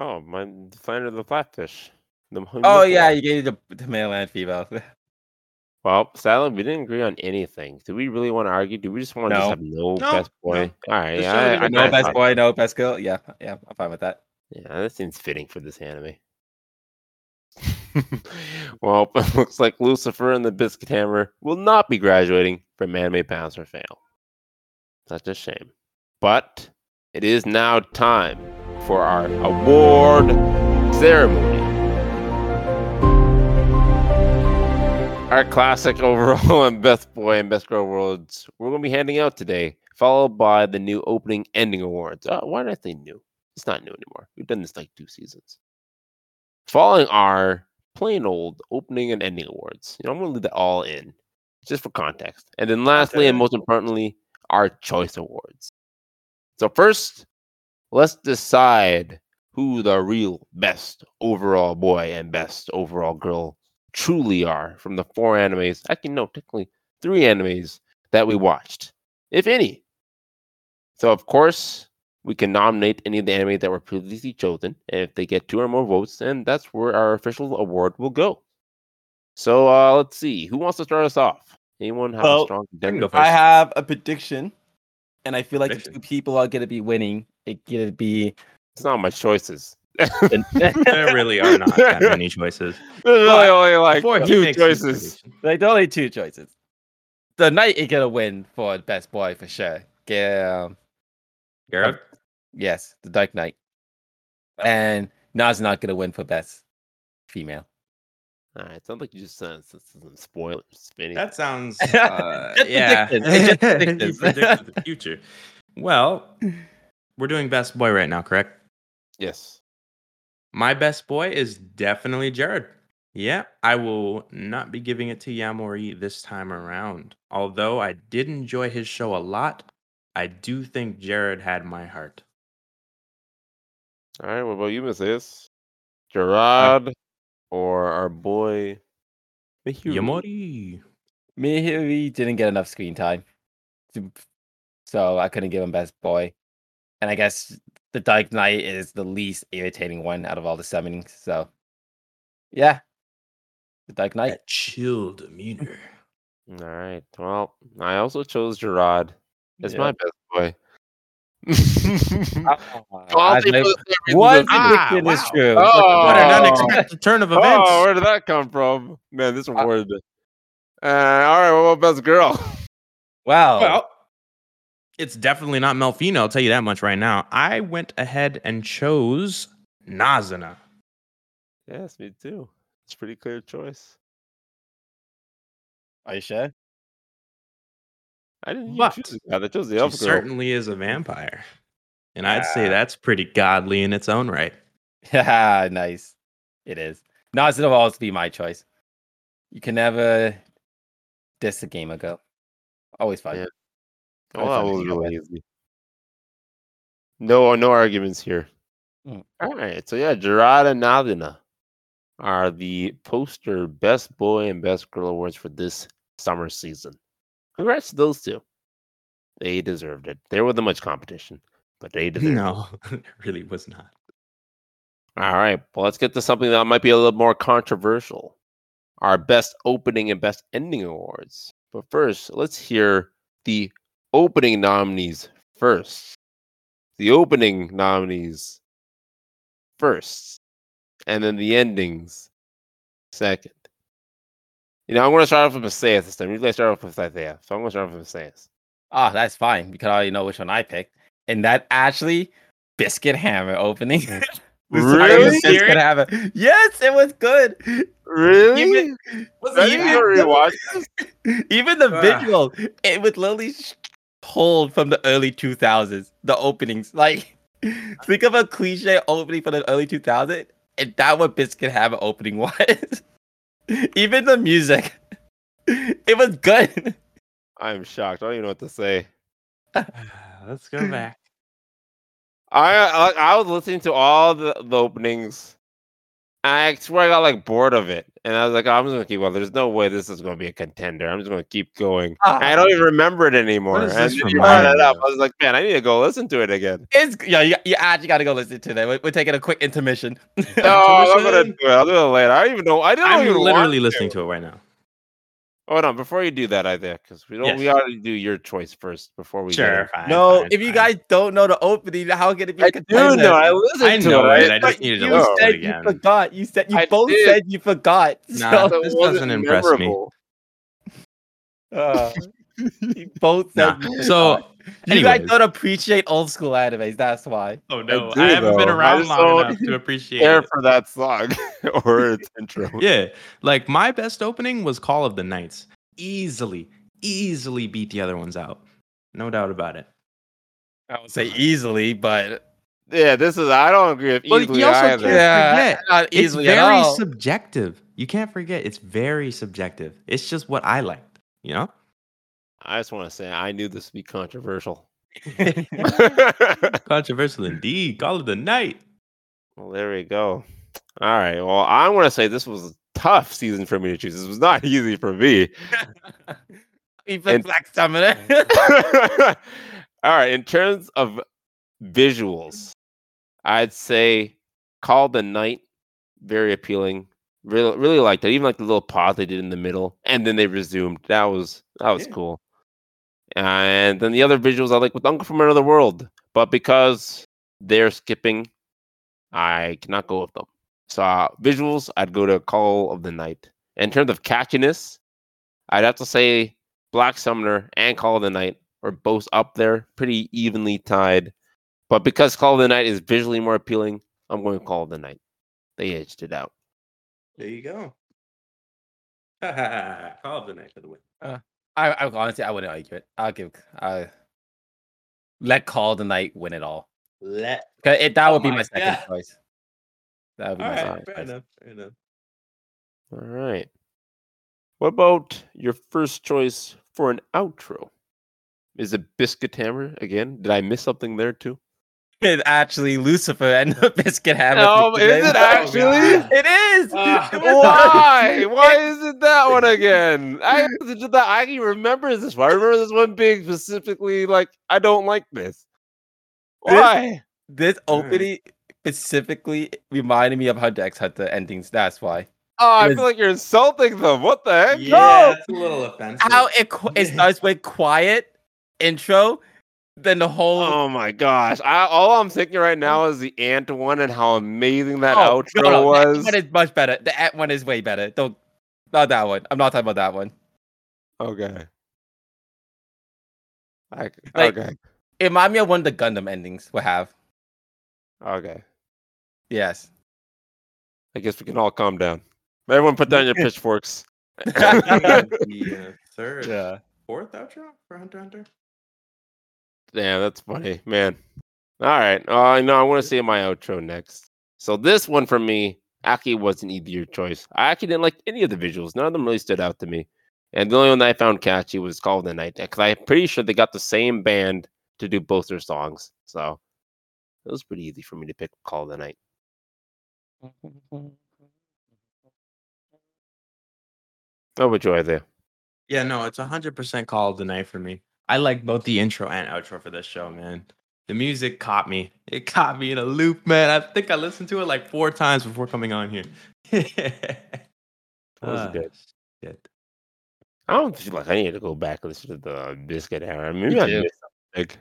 [SPEAKER 1] oh, my the Planet of the Flatfish. [LAUGHS] The
[SPEAKER 2] Oh yeah,
[SPEAKER 1] Monipola.
[SPEAKER 2] you gave me the, the male and female. [LAUGHS]
[SPEAKER 1] Well, Salem, we didn't agree on anything. Do we really want to argue? Do we just want to just
[SPEAKER 2] No.
[SPEAKER 1] have no,
[SPEAKER 3] No,
[SPEAKER 1] best boy? All right.
[SPEAKER 3] There
[SPEAKER 1] Yeah, I,
[SPEAKER 3] shouldn't have
[SPEAKER 1] I,
[SPEAKER 3] been
[SPEAKER 2] No
[SPEAKER 1] I-
[SPEAKER 2] best
[SPEAKER 1] I-
[SPEAKER 2] boy, no best girl. Yeah, yeah, I'm fine with that.
[SPEAKER 1] Yeah, that seems fitting for this
[SPEAKER 2] [LAUGHS]
[SPEAKER 1] anime. [LAUGHS] well, [LAUGHS] it looks like Lucifer and the Biscuit Hammer will not be graduating from Anime Pass or Fail. Such a shame. But it is now time for our award ceremony. Our classic overall [LAUGHS] and best boy and best girl awards we're going to be handing out today, followed by the new opening ending awards. Uh, why did I say new? It's not new anymore. We've done this like two seasons. Following our plain old opening and ending awards. You know, I'm gonna leave that all in just for context. And then lastly, and
[SPEAKER 2] Okay.
[SPEAKER 1] most importantly, our choice awards. So first, let's decide who the real best overall boy and best overall girl truly are from the four animes. Actually, no, technically three animes that we watched, if any. So of course, we can nominate any of the anime that were previously chosen. And if they get two or more votes, then that's where our official award will go. So uh, let's see. Who wants to start us off? Anyone have a
[SPEAKER 2] Well,
[SPEAKER 1] strong
[SPEAKER 3] I can
[SPEAKER 1] contender?
[SPEAKER 3] go first.
[SPEAKER 2] I have a prediction, and I feel like if two
[SPEAKER 3] Prediction?
[SPEAKER 2] people are gonna be winning, it gonna be.
[SPEAKER 1] It's not my choices. [LAUGHS]
[SPEAKER 3] [LAUGHS] [LAUGHS] There really are not that many choices.
[SPEAKER 1] There's really
[SPEAKER 2] But
[SPEAKER 1] only like
[SPEAKER 3] Before he
[SPEAKER 1] two
[SPEAKER 3] makes his
[SPEAKER 1] choices.
[SPEAKER 3] prediction.
[SPEAKER 2] like the only two choices. The knight is gonna win for best boy for sure. Yeah, um,
[SPEAKER 3] Gareth?
[SPEAKER 2] yes, the Dark Knight, and Na's not gonna win for best female.
[SPEAKER 1] All right, sounds like you just sent us some spoilers. Spinning.
[SPEAKER 3] That
[SPEAKER 2] [LAUGHS]
[SPEAKER 3] sounds.
[SPEAKER 2] uh,
[SPEAKER 3] Uh,
[SPEAKER 2] Just
[SPEAKER 3] yeah.
[SPEAKER 2] predicted. Just
[SPEAKER 3] [LAUGHS]
[SPEAKER 2] predicted.
[SPEAKER 3] You predicted the future. Well, we're doing best boy right now, correct?
[SPEAKER 1] Yes.
[SPEAKER 3] My best boy is definitely Jared. Yeah, I will not be giving it to Yamori this time around. Although I did enjoy his show a lot, I do think Jared had my heart.
[SPEAKER 1] All right. What about you, Miss Is? Uh Gerard or our boy Mihiro?
[SPEAKER 3] Yamori.
[SPEAKER 2] Mihiri didn't get enough screen time, to- so I couldn't give him best boy. And I guess the Dark Knight is the least irritating one out of all the summonings. So, yeah, the Dark [LAUGHS] Knight.
[SPEAKER 3] That chill demeanor.
[SPEAKER 1] All right. Well, I also chose Gerard as
[SPEAKER 2] Yeah.
[SPEAKER 1] my best [LAUGHS] boy. [LAUGHS]
[SPEAKER 2] Ah,
[SPEAKER 1] Probably
[SPEAKER 2] I
[SPEAKER 1] for
[SPEAKER 2] know-
[SPEAKER 1] the same
[SPEAKER 2] One
[SPEAKER 1] reasons as-
[SPEAKER 3] Ah,
[SPEAKER 2] prediction is
[SPEAKER 3] wow.
[SPEAKER 2] true.
[SPEAKER 1] Oh.
[SPEAKER 3] What an
[SPEAKER 1] Oh.
[SPEAKER 3] unexpected turn of events.
[SPEAKER 1] Oh, where did that come from? Man, this
[SPEAKER 2] Uh,
[SPEAKER 1] award. Uh, all right. What about best girl? [LAUGHS]
[SPEAKER 3] [LAUGHS]
[SPEAKER 2] Wow.
[SPEAKER 3] Well, it's definitely not Melfina, I'll tell you that much right now. I went ahead and chose Nazana.
[SPEAKER 1] yes, me too. It's a pretty clear choice.
[SPEAKER 2] Are you sure?
[SPEAKER 1] I didn't even
[SPEAKER 3] But
[SPEAKER 1] choose the guy that chose the
[SPEAKER 3] She
[SPEAKER 1] elf girl.
[SPEAKER 3] certainly is a vampire. And I'd say
[SPEAKER 2] Yeah.
[SPEAKER 3] that's pretty godly in its own
[SPEAKER 2] [LAUGHS]
[SPEAKER 3] right.
[SPEAKER 2] Yeah, nice. It is. Nas will always be my choice. You can never diss a gamer girl. Always fun.
[SPEAKER 1] Yeah. Oh,
[SPEAKER 2] I
[SPEAKER 1] that
[SPEAKER 2] find it
[SPEAKER 1] was
[SPEAKER 2] to go
[SPEAKER 1] really easy. No, no arguments here.
[SPEAKER 2] Mm.
[SPEAKER 1] All right. So yeah, Gerard and Nadina are the poster best boy and best girl awards for this summer season. Congrats to those two. They deserved it. There wasn't much competition, but
[SPEAKER 2] [LAUGHS]
[SPEAKER 1] they deserved it.
[SPEAKER 3] No, [LAUGHS] it really was not.
[SPEAKER 1] All right. Well, let's get to something that might be a little more controversial our best opening and best ending awards. But first, let's hear the opening nominees first. The opening nominees first, and then the endings second. You know, I'm going to start off with Messias this time. Usually I start off with Isaiah. So I'm going to start off with Messias.
[SPEAKER 2] Oh, that's fine because I already know which one I picked. And that actually biscuit hammer opening. [LAUGHS] This time
[SPEAKER 1] Really?
[SPEAKER 2] it was Biscuit hammer. Yes, it was good.
[SPEAKER 1] Really?
[SPEAKER 2] Was
[SPEAKER 1] Are you
[SPEAKER 2] even,
[SPEAKER 1] going to rewatch this?
[SPEAKER 2] the, [LAUGHS] even the
[SPEAKER 3] Ah.
[SPEAKER 2] visual, it was literally sh- pulled from the early 2000s, the
[SPEAKER 1] [LAUGHS]
[SPEAKER 2] openings. Like, think of a cliche opening from the early 2000s, and that what Biscuit Hammer opening [LAUGHS] was. even the music, [LAUGHS] it was good.
[SPEAKER 1] I'm shocked. I don't even know what to say.
[SPEAKER 3] Let's [LAUGHS] go back.
[SPEAKER 1] I I, I was listening to all the, the openings. I swear I got like bored of it, and I was like, "I'm just gonna keep going. There's no way this is gonna be a contender. I'm just gonna keep going." I don't even remember it anymore.
[SPEAKER 3] does
[SPEAKER 1] And
[SPEAKER 3] this
[SPEAKER 1] then you brought
[SPEAKER 3] remind
[SPEAKER 1] it
[SPEAKER 3] you
[SPEAKER 1] up.
[SPEAKER 3] of?
[SPEAKER 1] I was like, "Man, I need to go listen to it
[SPEAKER 3] [LAUGHS]
[SPEAKER 1] again."
[SPEAKER 2] [LAUGHS] It's yeah, you, you actually gotta go listen to that. We're, we're taking a quick intermission. [LAUGHS]
[SPEAKER 1] No, I'm gonna do
[SPEAKER 3] Listen.
[SPEAKER 1] it. I'll do it later. I don't even know. I don't
[SPEAKER 3] I'm
[SPEAKER 1] even
[SPEAKER 3] literally
[SPEAKER 1] want
[SPEAKER 3] listening
[SPEAKER 1] To.
[SPEAKER 3] to it right now.
[SPEAKER 1] Hold on, before you do that, I think because we don't. We
[SPEAKER 2] Yes.
[SPEAKER 1] already do your choice first before we. do it.
[SPEAKER 3] fine,
[SPEAKER 2] no,
[SPEAKER 3] fine,
[SPEAKER 2] if you
[SPEAKER 3] fine.
[SPEAKER 2] guys don't know the opening, how can it be?
[SPEAKER 1] I
[SPEAKER 2] a
[SPEAKER 1] do
[SPEAKER 2] contender?
[SPEAKER 1] know. I listened
[SPEAKER 3] I know
[SPEAKER 1] to it.
[SPEAKER 3] it. I just
[SPEAKER 2] But
[SPEAKER 3] needed to
[SPEAKER 2] you
[SPEAKER 1] listen
[SPEAKER 3] listen
[SPEAKER 1] to
[SPEAKER 2] said
[SPEAKER 3] it
[SPEAKER 2] you
[SPEAKER 3] again.
[SPEAKER 2] forgot. You said you
[SPEAKER 1] I
[SPEAKER 2] both
[SPEAKER 1] did.
[SPEAKER 2] said you forgot.
[SPEAKER 3] Nah,
[SPEAKER 2] So,
[SPEAKER 1] [LAUGHS] it
[SPEAKER 3] This
[SPEAKER 1] wasn't
[SPEAKER 3] doesn't impress me.
[SPEAKER 1] memorable.
[SPEAKER 2] [LAUGHS] uh, you both
[SPEAKER 3] Nah.
[SPEAKER 2] said [LAUGHS] you
[SPEAKER 3] So,
[SPEAKER 2] forgot. you guys
[SPEAKER 3] anyways.
[SPEAKER 2] don't appreciate old school animes. That's why.
[SPEAKER 3] Oh
[SPEAKER 1] no, I do, haven't been though. I around just long don't enough
[SPEAKER 2] [LAUGHS]
[SPEAKER 3] to appreciate
[SPEAKER 1] Care for that song [LAUGHS] or its intro?
[SPEAKER 3] Yeah, like my best opening was Call of the Knights. Easily, easily beat the other ones out. No doubt about it.
[SPEAKER 2] I would say easily, but
[SPEAKER 1] e-, Yeah, this is. I don't agree with
[SPEAKER 3] Well, you
[SPEAKER 1] easily
[SPEAKER 3] also
[SPEAKER 1] either.
[SPEAKER 3] can't-
[SPEAKER 2] yeah,
[SPEAKER 3] forget,
[SPEAKER 2] not easily
[SPEAKER 3] it's
[SPEAKER 2] at
[SPEAKER 3] very
[SPEAKER 2] all.
[SPEAKER 3] subjective. You can't forget. It's very subjective. It's just what I liked. You know.
[SPEAKER 1] I just want to say I knew this would be
[SPEAKER 3] [LAUGHS]
[SPEAKER 1] controversial.
[SPEAKER 3] Controversial indeed. Call of the Night.
[SPEAKER 1] well, there we go. All right. Well, I want to say this was a tough season for me to choose. This was not [LAUGHS] easy for me.
[SPEAKER 2] Even
[SPEAKER 1] And-
[SPEAKER 2] Black Summoner.
[SPEAKER 1] [LAUGHS] All right. In terms of visuals, I'd say Call the Night, very appealing. Really, really liked it. Even like the little pause they did in the middle, and then they resumed. That was that was
[SPEAKER 2] Yeah.
[SPEAKER 1] cool. And then the other visuals I like with Uncle from Another World, but because they're skipping, I cannot go with them. So uh, visuals, I'd go to Call of the Night. In terms of catchiness, I'd have to say Black Summoner and Call of the Night are both up there, pretty evenly tied. But because Call of the Night is visually more appealing, I'm going to Call of the Night. They edged it out.
[SPEAKER 3] There you go. [LAUGHS] Call of the Night for the win.
[SPEAKER 2] [LAUGHS] I, I honestly, I wouldn't argue it. I'll give. I let Call the Night win it all.
[SPEAKER 3] Let.
[SPEAKER 2] 'Cause It, that
[SPEAKER 3] Oh
[SPEAKER 2] would be
[SPEAKER 3] my
[SPEAKER 2] my second
[SPEAKER 3] God.
[SPEAKER 2] choice. That would be
[SPEAKER 3] All
[SPEAKER 2] Oh my
[SPEAKER 1] Alright,
[SPEAKER 3] right,
[SPEAKER 2] second
[SPEAKER 3] fair
[SPEAKER 2] choice.
[SPEAKER 3] enough. Fair enough.
[SPEAKER 1] All right. What about your first choice for an outro? Is it Biscuit Hammer again? Did I miss something there too?
[SPEAKER 2] It's actually Lucifer and [LAUGHS] the Biscuit Hammer.
[SPEAKER 1] No,
[SPEAKER 2] together. [LAUGHS]
[SPEAKER 1] is it
[SPEAKER 3] actually?
[SPEAKER 2] It is.
[SPEAKER 3] [LAUGHS] Ah.
[SPEAKER 2] [LAUGHS] It was-
[SPEAKER 1] Why? Why is it that one again? [LAUGHS] I listened to that. I can remember this one. I remember this one being specifically like, I don't like this.
[SPEAKER 2] This-
[SPEAKER 1] Why?
[SPEAKER 2] This
[SPEAKER 3] Alright.
[SPEAKER 2] opening specifically reminded me of Hunter x Hunter endings. That's why.
[SPEAKER 1] Oh, I
[SPEAKER 2] was-
[SPEAKER 1] feel like you're insulting them. What the heck?
[SPEAKER 2] No!
[SPEAKER 3] it's a little offensive. [LAUGHS]
[SPEAKER 2] How it qu- it [LAUGHS] starts with quiet intro, then the whole.
[SPEAKER 1] Oh my gosh. I, all I'm thinking right now is the ant one and how amazing that
[SPEAKER 2] Oh,
[SPEAKER 1] outro
[SPEAKER 2] no, no,
[SPEAKER 1] was.
[SPEAKER 2] That one is much better. The at one is way better. Don't. Not that one. I'm not talking about that one.
[SPEAKER 1] Okay. I,
[SPEAKER 2] Like-
[SPEAKER 1] okay.
[SPEAKER 2] It reminded me of one of the Gundam endings we have.
[SPEAKER 1] Okay.
[SPEAKER 2] Yes.
[SPEAKER 1] I guess we can all calm down. Everyone put [LAUGHS] down your pitchforks.
[SPEAKER 2] yeah.
[SPEAKER 3] the
[SPEAKER 2] [LAUGHS]
[SPEAKER 3] third, fourth outro for Hunter x Hunter.
[SPEAKER 1] Yeah, that's funny, man. All right. Uh, no, I want to say my outro next. So this one for me actually wasn't either your choice. I actually didn't like any of the visuals. None of them really stood out to me. And the only one I found catchy was called the Night because I'm pretty sure they got the same band to do both their songs. So It was pretty easy for me to pick Call of the Night. How about you, Isaiah?
[SPEAKER 3] Yeah, no, it's 100% Call of the Night for me. I like both the intro and outro for this show, man. The music caught me. It caught me in a loop, man. I think I listened to it like four times before coming on here. [LAUGHS] Ah. that
[SPEAKER 1] That was good.
[SPEAKER 3] Shit.
[SPEAKER 1] I don't feel like I need to go back and listen to the Biscuit era. Maybe
[SPEAKER 2] You
[SPEAKER 1] I
[SPEAKER 2] do.
[SPEAKER 1] missed something. big.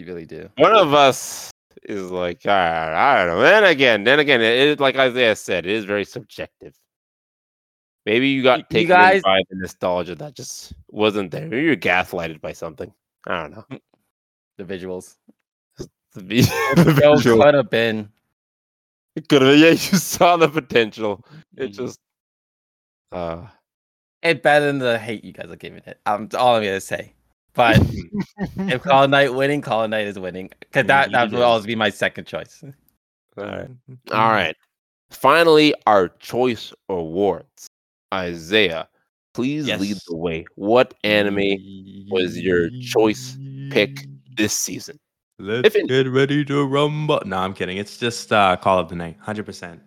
[SPEAKER 2] You really do.
[SPEAKER 1] one of us is like, I, I don't know. Then again, then again, it is like Isaiah said, it is very subjective. Maybe you
[SPEAKER 2] You
[SPEAKER 1] got taken in
[SPEAKER 2] guys-
[SPEAKER 1] by the nostalgia that just wasn't there. Maybe you're gaslighted by something. I don't know. [LAUGHS]
[SPEAKER 2] The visuals.
[SPEAKER 1] The vi- [LAUGHS] the
[SPEAKER 2] Yo,
[SPEAKER 1] visual.
[SPEAKER 2] could have been.
[SPEAKER 1] It could have, yeah, you saw the potential. It
[SPEAKER 2] Mhm.
[SPEAKER 1] just, uh,
[SPEAKER 2] It better than the hate you guys are giving it. Um, that's all I'm gonna say.
[SPEAKER 1] [LAUGHS]
[SPEAKER 2] [LAUGHS] But if Call of Night winning, Call of Night is winning. Cause that that
[SPEAKER 3] Indeed it
[SPEAKER 2] would
[SPEAKER 3] is.
[SPEAKER 2] always be my second choice.
[SPEAKER 1] all right.
[SPEAKER 3] Mm-hmm.
[SPEAKER 1] All right. Finally, our choice awards. Isaiah, please lead
[SPEAKER 3] Yes.
[SPEAKER 1] the way. What anime was your choice pick this season?
[SPEAKER 3] Let's
[SPEAKER 1] If it-
[SPEAKER 3] get ready to rumble. No, I'm kidding. It's just uh, Call of the Night, 100%.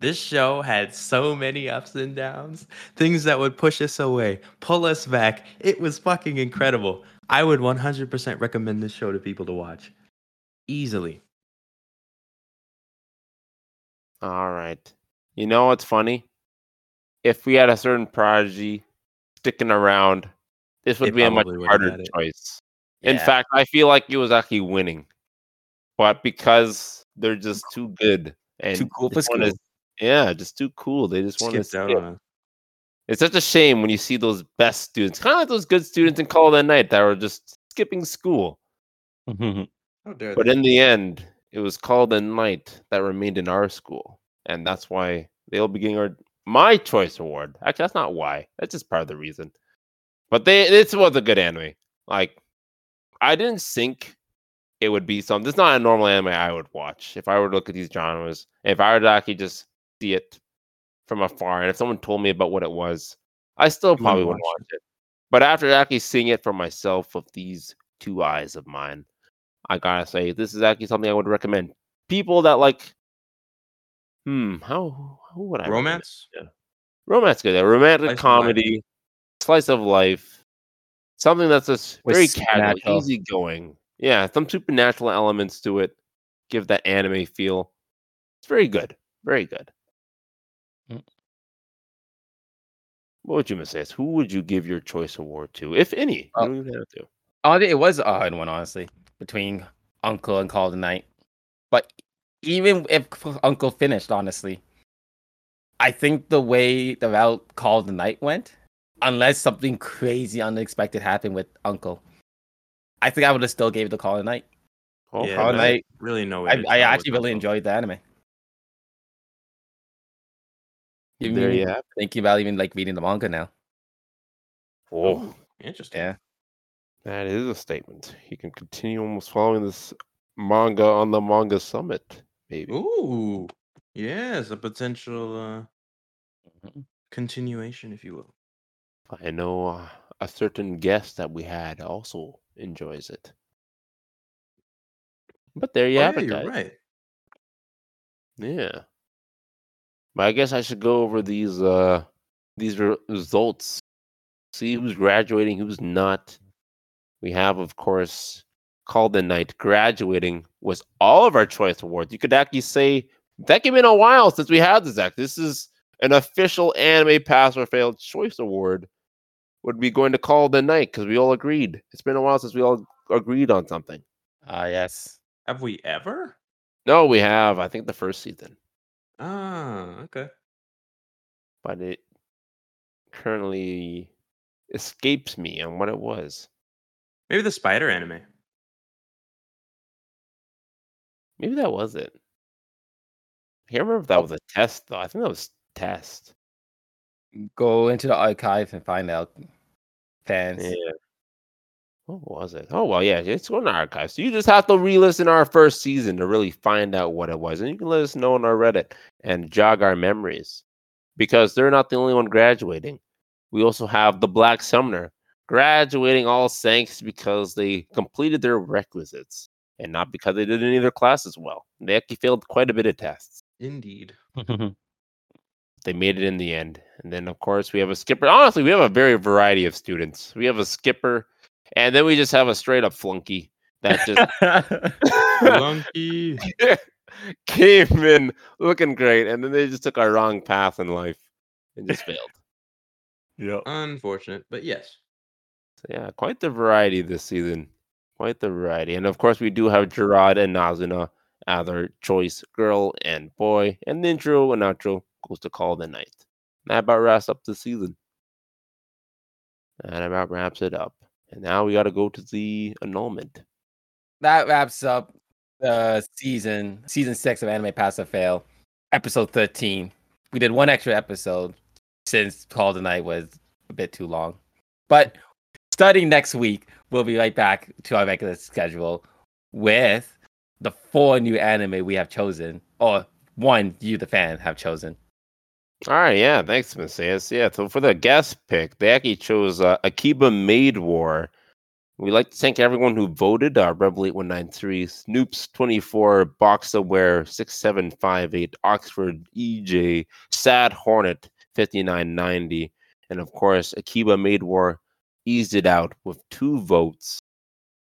[SPEAKER 3] This show had so many ups and downs, things that would push us away, pull us back. It was fucking incredible. I would 100% recommend this show to people to watch easily.
[SPEAKER 1] All right. You know what's funny? If we had a certain prodigy sticking around, this would
[SPEAKER 3] They
[SPEAKER 1] be a much
[SPEAKER 3] probably would've
[SPEAKER 1] harder
[SPEAKER 3] had it.
[SPEAKER 1] choice. In
[SPEAKER 2] Yeah.
[SPEAKER 1] fact, I feel like it was actually winning, but because they're just too good and
[SPEAKER 2] Too cool for
[SPEAKER 1] just wanna-
[SPEAKER 2] school.
[SPEAKER 1] yeah, just too cool. They just want to
[SPEAKER 3] Skipped out on it.
[SPEAKER 1] It's such a shame when you see those best students, kind of like those good students in Call of the Night that were just skipping school.
[SPEAKER 3] Mm-hmm. How dare
[SPEAKER 1] But
[SPEAKER 3] they?
[SPEAKER 1] in the end, it was Call of the Night that remained in our school. And that's why they'll be getting our, my choice award. Actually, that's not why. That's just part of the reason. But they this was a good anime. Like, I didn't think it would be something. It's not a normal anime I would watch if I were to look at these genres. If I were to actually just see it from afar, and if someone told me about what it was, I still
[SPEAKER 3] wouldn't
[SPEAKER 1] probably wouldn't
[SPEAKER 3] watch
[SPEAKER 1] watch it. But after actually seeing it for myself with these two eyes of mine, I gotta say this is actually something I would recommend. People that like, hmm, how who would I recommend?
[SPEAKER 3] Romance?
[SPEAKER 1] romance good, a romantic
[SPEAKER 3] Slice of life.
[SPEAKER 1] comedy, slice of life, something that's just
[SPEAKER 2] With
[SPEAKER 1] very casual,
[SPEAKER 2] supernatural.
[SPEAKER 1] easygoing. Yeah, some supernatural elements to it. Give that anime feel. It's very good, very good.
[SPEAKER 2] Mm.
[SPEAKER 1] What would you miss? Ace? Who would you give your choice award to, if any? You
[SPEAKER 2] Oh.
[SPEAKER 1] don't even have to.
[SPEAKER 2] Oh, it was a hard one, honestly, between Uncle and Call of the Night. But even if Uncle finished, honestly, I think the way the route Call of the Night went, unless something crazy unexpected happened with Uncle, I think I would have still gave it to Call of the Night.
[SPEAKER 1] Oh,
[SPEAKER 3] Yeah,
[SPEAKER 1] Call of
[SPEAKER 2] no.
[SPEAKER 1] Night.
[SPEAKER 2] Night.
[SPEAKER 3] Really no way.
[SPEAKER 2] I,
[SPEAKER 3] to
[SPEAKER 2] I
[SPEAKER 3] tell
[SPEAKER 2] actually
[SPEAKER 3] with
[SPEAKER 2] really
[SPEAKER 3] Uncle.
[SPEAKER 2] enjoyed the anime. Even
[SPEAKER 1] there you have. it.
[SPEAKER 2] Thinking about even like reading the manga now.
[SPEAKER 1] Oh,
[SPEAKER 3] Interesting.
[SPEAKER 2] Yeah.
[SPEAKER 1] that is a statement. You can continue almost following this manga on the manga summit, maybe.
[SPEAKER 3] Ooh. Yes, a potential uh, continuation, if you will. Oh,
[SPEAKER 1] I know uh, a certain guest that we had also enjoys it. But there you
[SPEAKER 3] Oh,
[SPEAKER 1] have it,
[SPEAKER 3] you're
[SPEAKER 1] guys.
[SPEAKER 3] right.
[SPEAKER 1] Yeah. But I guess I should go over these uh these re- results. See who's graduating, who's not. We have, of course, called the night. Graduating was all of our choice awards. You could actually say that came in a while since we had this act. This is an official anime pass or fail choice award. Would be going to call the night because we all agreed. It's been a while since we all agreed on something.
[SPEAKER 2] Ah, yes.
[SPEAKER 3] Have we ever?
[SPEAKER 1] No, we have. I think the first season.
[SPEAKER 3] Ah, okay.
[SPEAKER 1] but it currently escapes me on what it was.
[SPEAKER 3] Maybe the spider anime.
[SPEAKER 1] Maybe that was it. I can't remember if that was a test though. I think that was test.
[SPEAKER 2] Go into the archive and find out. Fans.
[SPEAKER 1] Yeah. What was it? Oh well, yeah, it's on our archive. So you just have to re-listen our first season to really find out what it was, and you can let us know on our Reddit and jog our memories, because they're not the only one graduating. We also have the Black Sumner graduating all thanks because they completed their requisites. and not because they did any of their classes well. They actually failed quite a bit of tests.
[SPEAKER 3] Indeed.
[SPEAKER 1] They made it in the end. And then, of course, we have a skipper. Honestly, we have a very variety of students. We have a skipper, and then we just have a straight up flunky that
[SPEAKER 2] [LAUGHS]
[SPEAKER 1] just
[SPEAKER 3] [LAUGHS] Monkey.
[SPEAKER 1] [LAUGHS] came in looking great, and then they just took our wrong path in life and just failed.
[SPEAKER 2] yeah.
[SPEAKER 3] Unfortunate, but yes.
[SPEAKER 1] So, yeah, quite the variety this season. Quite the variety. And of course, we do have Gerard and Nazuna, other choice girl and boy. And the intro and outro goes to Call of the Night. That about wraps up the season. That about wraps it up. And now we got to go to the annulment.
[SPEAKER 2] That wraps up the season, season six of Anime Pass or Fail, episode 13. We did one extra episode since Call of the Night was a bit too long. But starting next week, we'll be right back to our regular schedule with the four new anime we have chosen, or one you, the fan, have chosen.
[SPEAKER 1] All right, yeah, thanks, Messias. Yeah, so for the guest pick, they actually chose uh, Akiba Maid War. We'd like to thank everyone who voted uh, Rebel 8193, Snoops24, Boxaware, 6758, Oxford EJ, Sad Hornet, 5990, and of course, Akiba Maid War eased it out with two votes.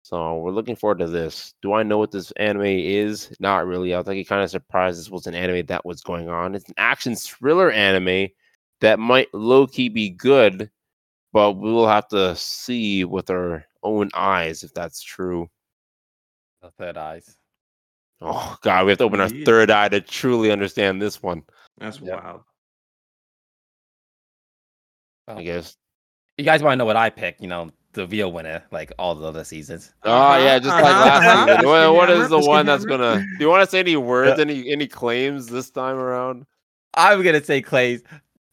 [SPEAKER 1] So we're looking forward to this. Do I know what this anime is? Not really. I was actually kind of surprised this was an anime that was going on. It's an action thriller anime that might low key be good, but we will have to see with our own eyes if that's true.
[SPEAKER 2] The third eyes.
[SPEAKER 1] Oh god, we have to open our
[SPEAKER 3] Indeed.
[SPEAKER 1] third eye to truly understand this one.
[SPEAKER 3] That's
[SPEAKER 2] Yep.
[SPEAKER 3] wild.
[SPEAKER 2] Oh,
[SPEAKER 1] I guess.
[SPEAKER 2] You guys want to know what I pick, you know, the real winner, like all the other seasons.
[SPEAKER 1] Oh yeah, just like
[SPEAKER 3] Uh-huh,
[SPEAKER 1] last
[SPEAKER 3] uh-huh.
[SPEAKER 1] season. What- what
[SPEAKER 3] Let's
[SPEAKER 1] is the
[SPEAKER 3] get
[SPEAKER 1] one
[SPEAKER 3] hammered,
[SPEAKER 1] that's
[SPEAKER 3] let's get
[SPEAKER 1] gonna? Do
[SPEAKER 3] hammered.
[SPEAKER 1] you want to say any words, any any claims this time around?
[SPEAKER 2] I'm gonna say Clay's.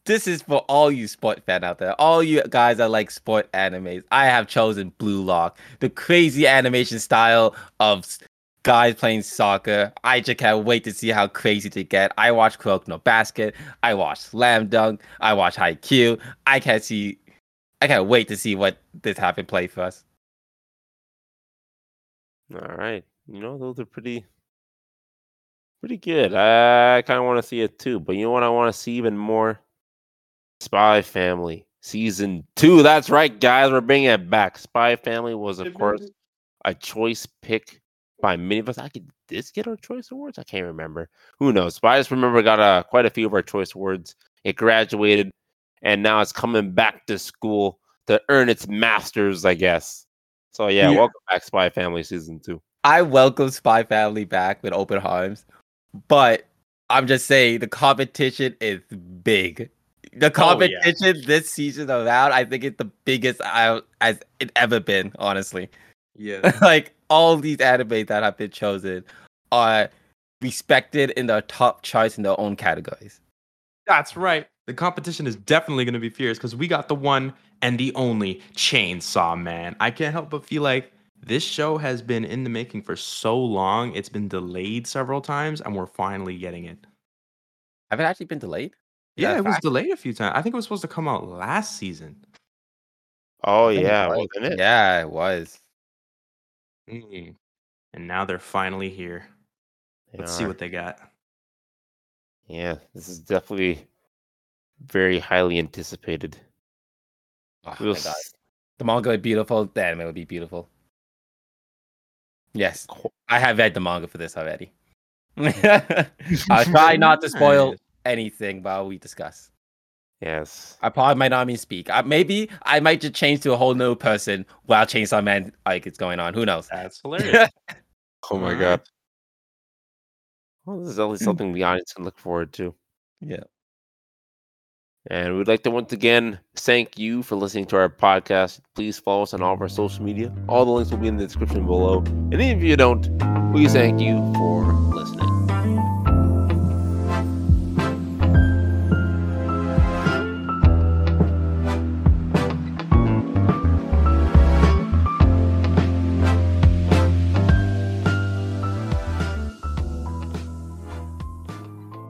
[SPEAKER 2] This is for all you sport fan out there, all you guys that like sport animes. I have chosen Blue Lock, the crazy animation style of s- guys playing soccer. I just can't wait to see how crazy they get. I watch Croak No Basket. I watch Slam Dunk. I watch Haikyuu. I can't see. I can't wait to see what this happened play for us.
[SPEAKER 1] All right. You know, those are pretty pretty good. I kind of want to see it too, but you know what I want to see even more? Spy Family season 2. That's right, guys. We're bringing it back. Spy Family was of [LAUGHS] course a choice pick by many of us. I could did this get our choice awards? I can't remember. Who knows? But I just remember we got uh, quite a few of our choice awards. It graduated, and now it's coming back to school to earn its masters, I guess. So yeah,
[SPEAKER 3] Yeah.
[SPEAKER 1] welcome back, Spy Family season two.
[SPEAKER 2] I welcome Spy Family back with open arms, but I'm just saying the competition is big.
[SPEAKER 1] Oh,
[SPEAKER 2] The
[SPEAKER 3] yeah.
[SPEAKER 2] competition this season around, I think it's the biggest out as it ever been, honestly. [LAUGHS]
[SPEAKER 3] Yeah.
[SPEAKER 2] like all these anime that have been chosen are respected in their top charts in their own categories.
[SPEAKER 3] That's right. The competition is definitely going to be fierce because we got the one and the only Chainsaw Man. I can't help but feel like this show has been in the making for so long. It's been delayed several times, and we're finally getting it.
[SPEAKER 2] Have it actually been delayed? Is that
[SPEAKER 3] Yeah,
[SPEAKER 2] a
[SPEAKER 3] it was
[SPEAKER 2] fact?
[SPEAKER 3] delayed a few times. I think it was supposed to come out last season.
[SPEAKER 1] Oh
[SPEAKER 2] I think it
[SPEAKER 1] yeah,
[SPEAKER 2] was.
[SPEAKER 1] wasn't it?
[SPEAKER 2] Yeah, it was.
[SPEAKER 3] Mm. And now they're finally here.
[SPEAKER 1] They
[SPEAKER 3] Let's see
[SPEAKER 1] are.
[SPEAKER 3] what they got.
[SPEAKER 1] Yeah, this is definitely very highly anticipated.
[SPEAKER 2] Oh,
[SPEAKER 1] We'll
[SPEAKER 2] my God.
[SPEAKER 1] s-
[SPEAKER 2] The manga would be beautiful, the anime would be beautiful. Yes.
[SPEAKER 1] qu-
[SPEAKER 2] I have read the manga for this already. [LAUGHS]
[SPEAKER 3] [LAUGHS]
[SPEAKER 2] I'll try not to spoil
[SPEAKER 3] Nice.
[SPEAKER 2] anything while we discuss.
[SPEAKER 1] yes.
[SPEAKER 2] I probably might not even speak. I, maybe I might just change to a whole new person while Chainsaw Man like it's going on. Who knows?
[SPEAKER 3] That's hilarious.
[SPEAKER 1] Oh my
[SPEAKER 3] Alright.
[SPEAKER 1] god. Well, this is at least
[SPEAKER 2] Mm.
[SPEAKER 1] something the audience can look forward to.
[SPEAKER 2] Yeah.
[SPEAKER 1] And we'd like to once again thank you for listening to our podcast. Please follow us on all of our social media. All the links will be in the description below. And even if you don't, we thank you for listening.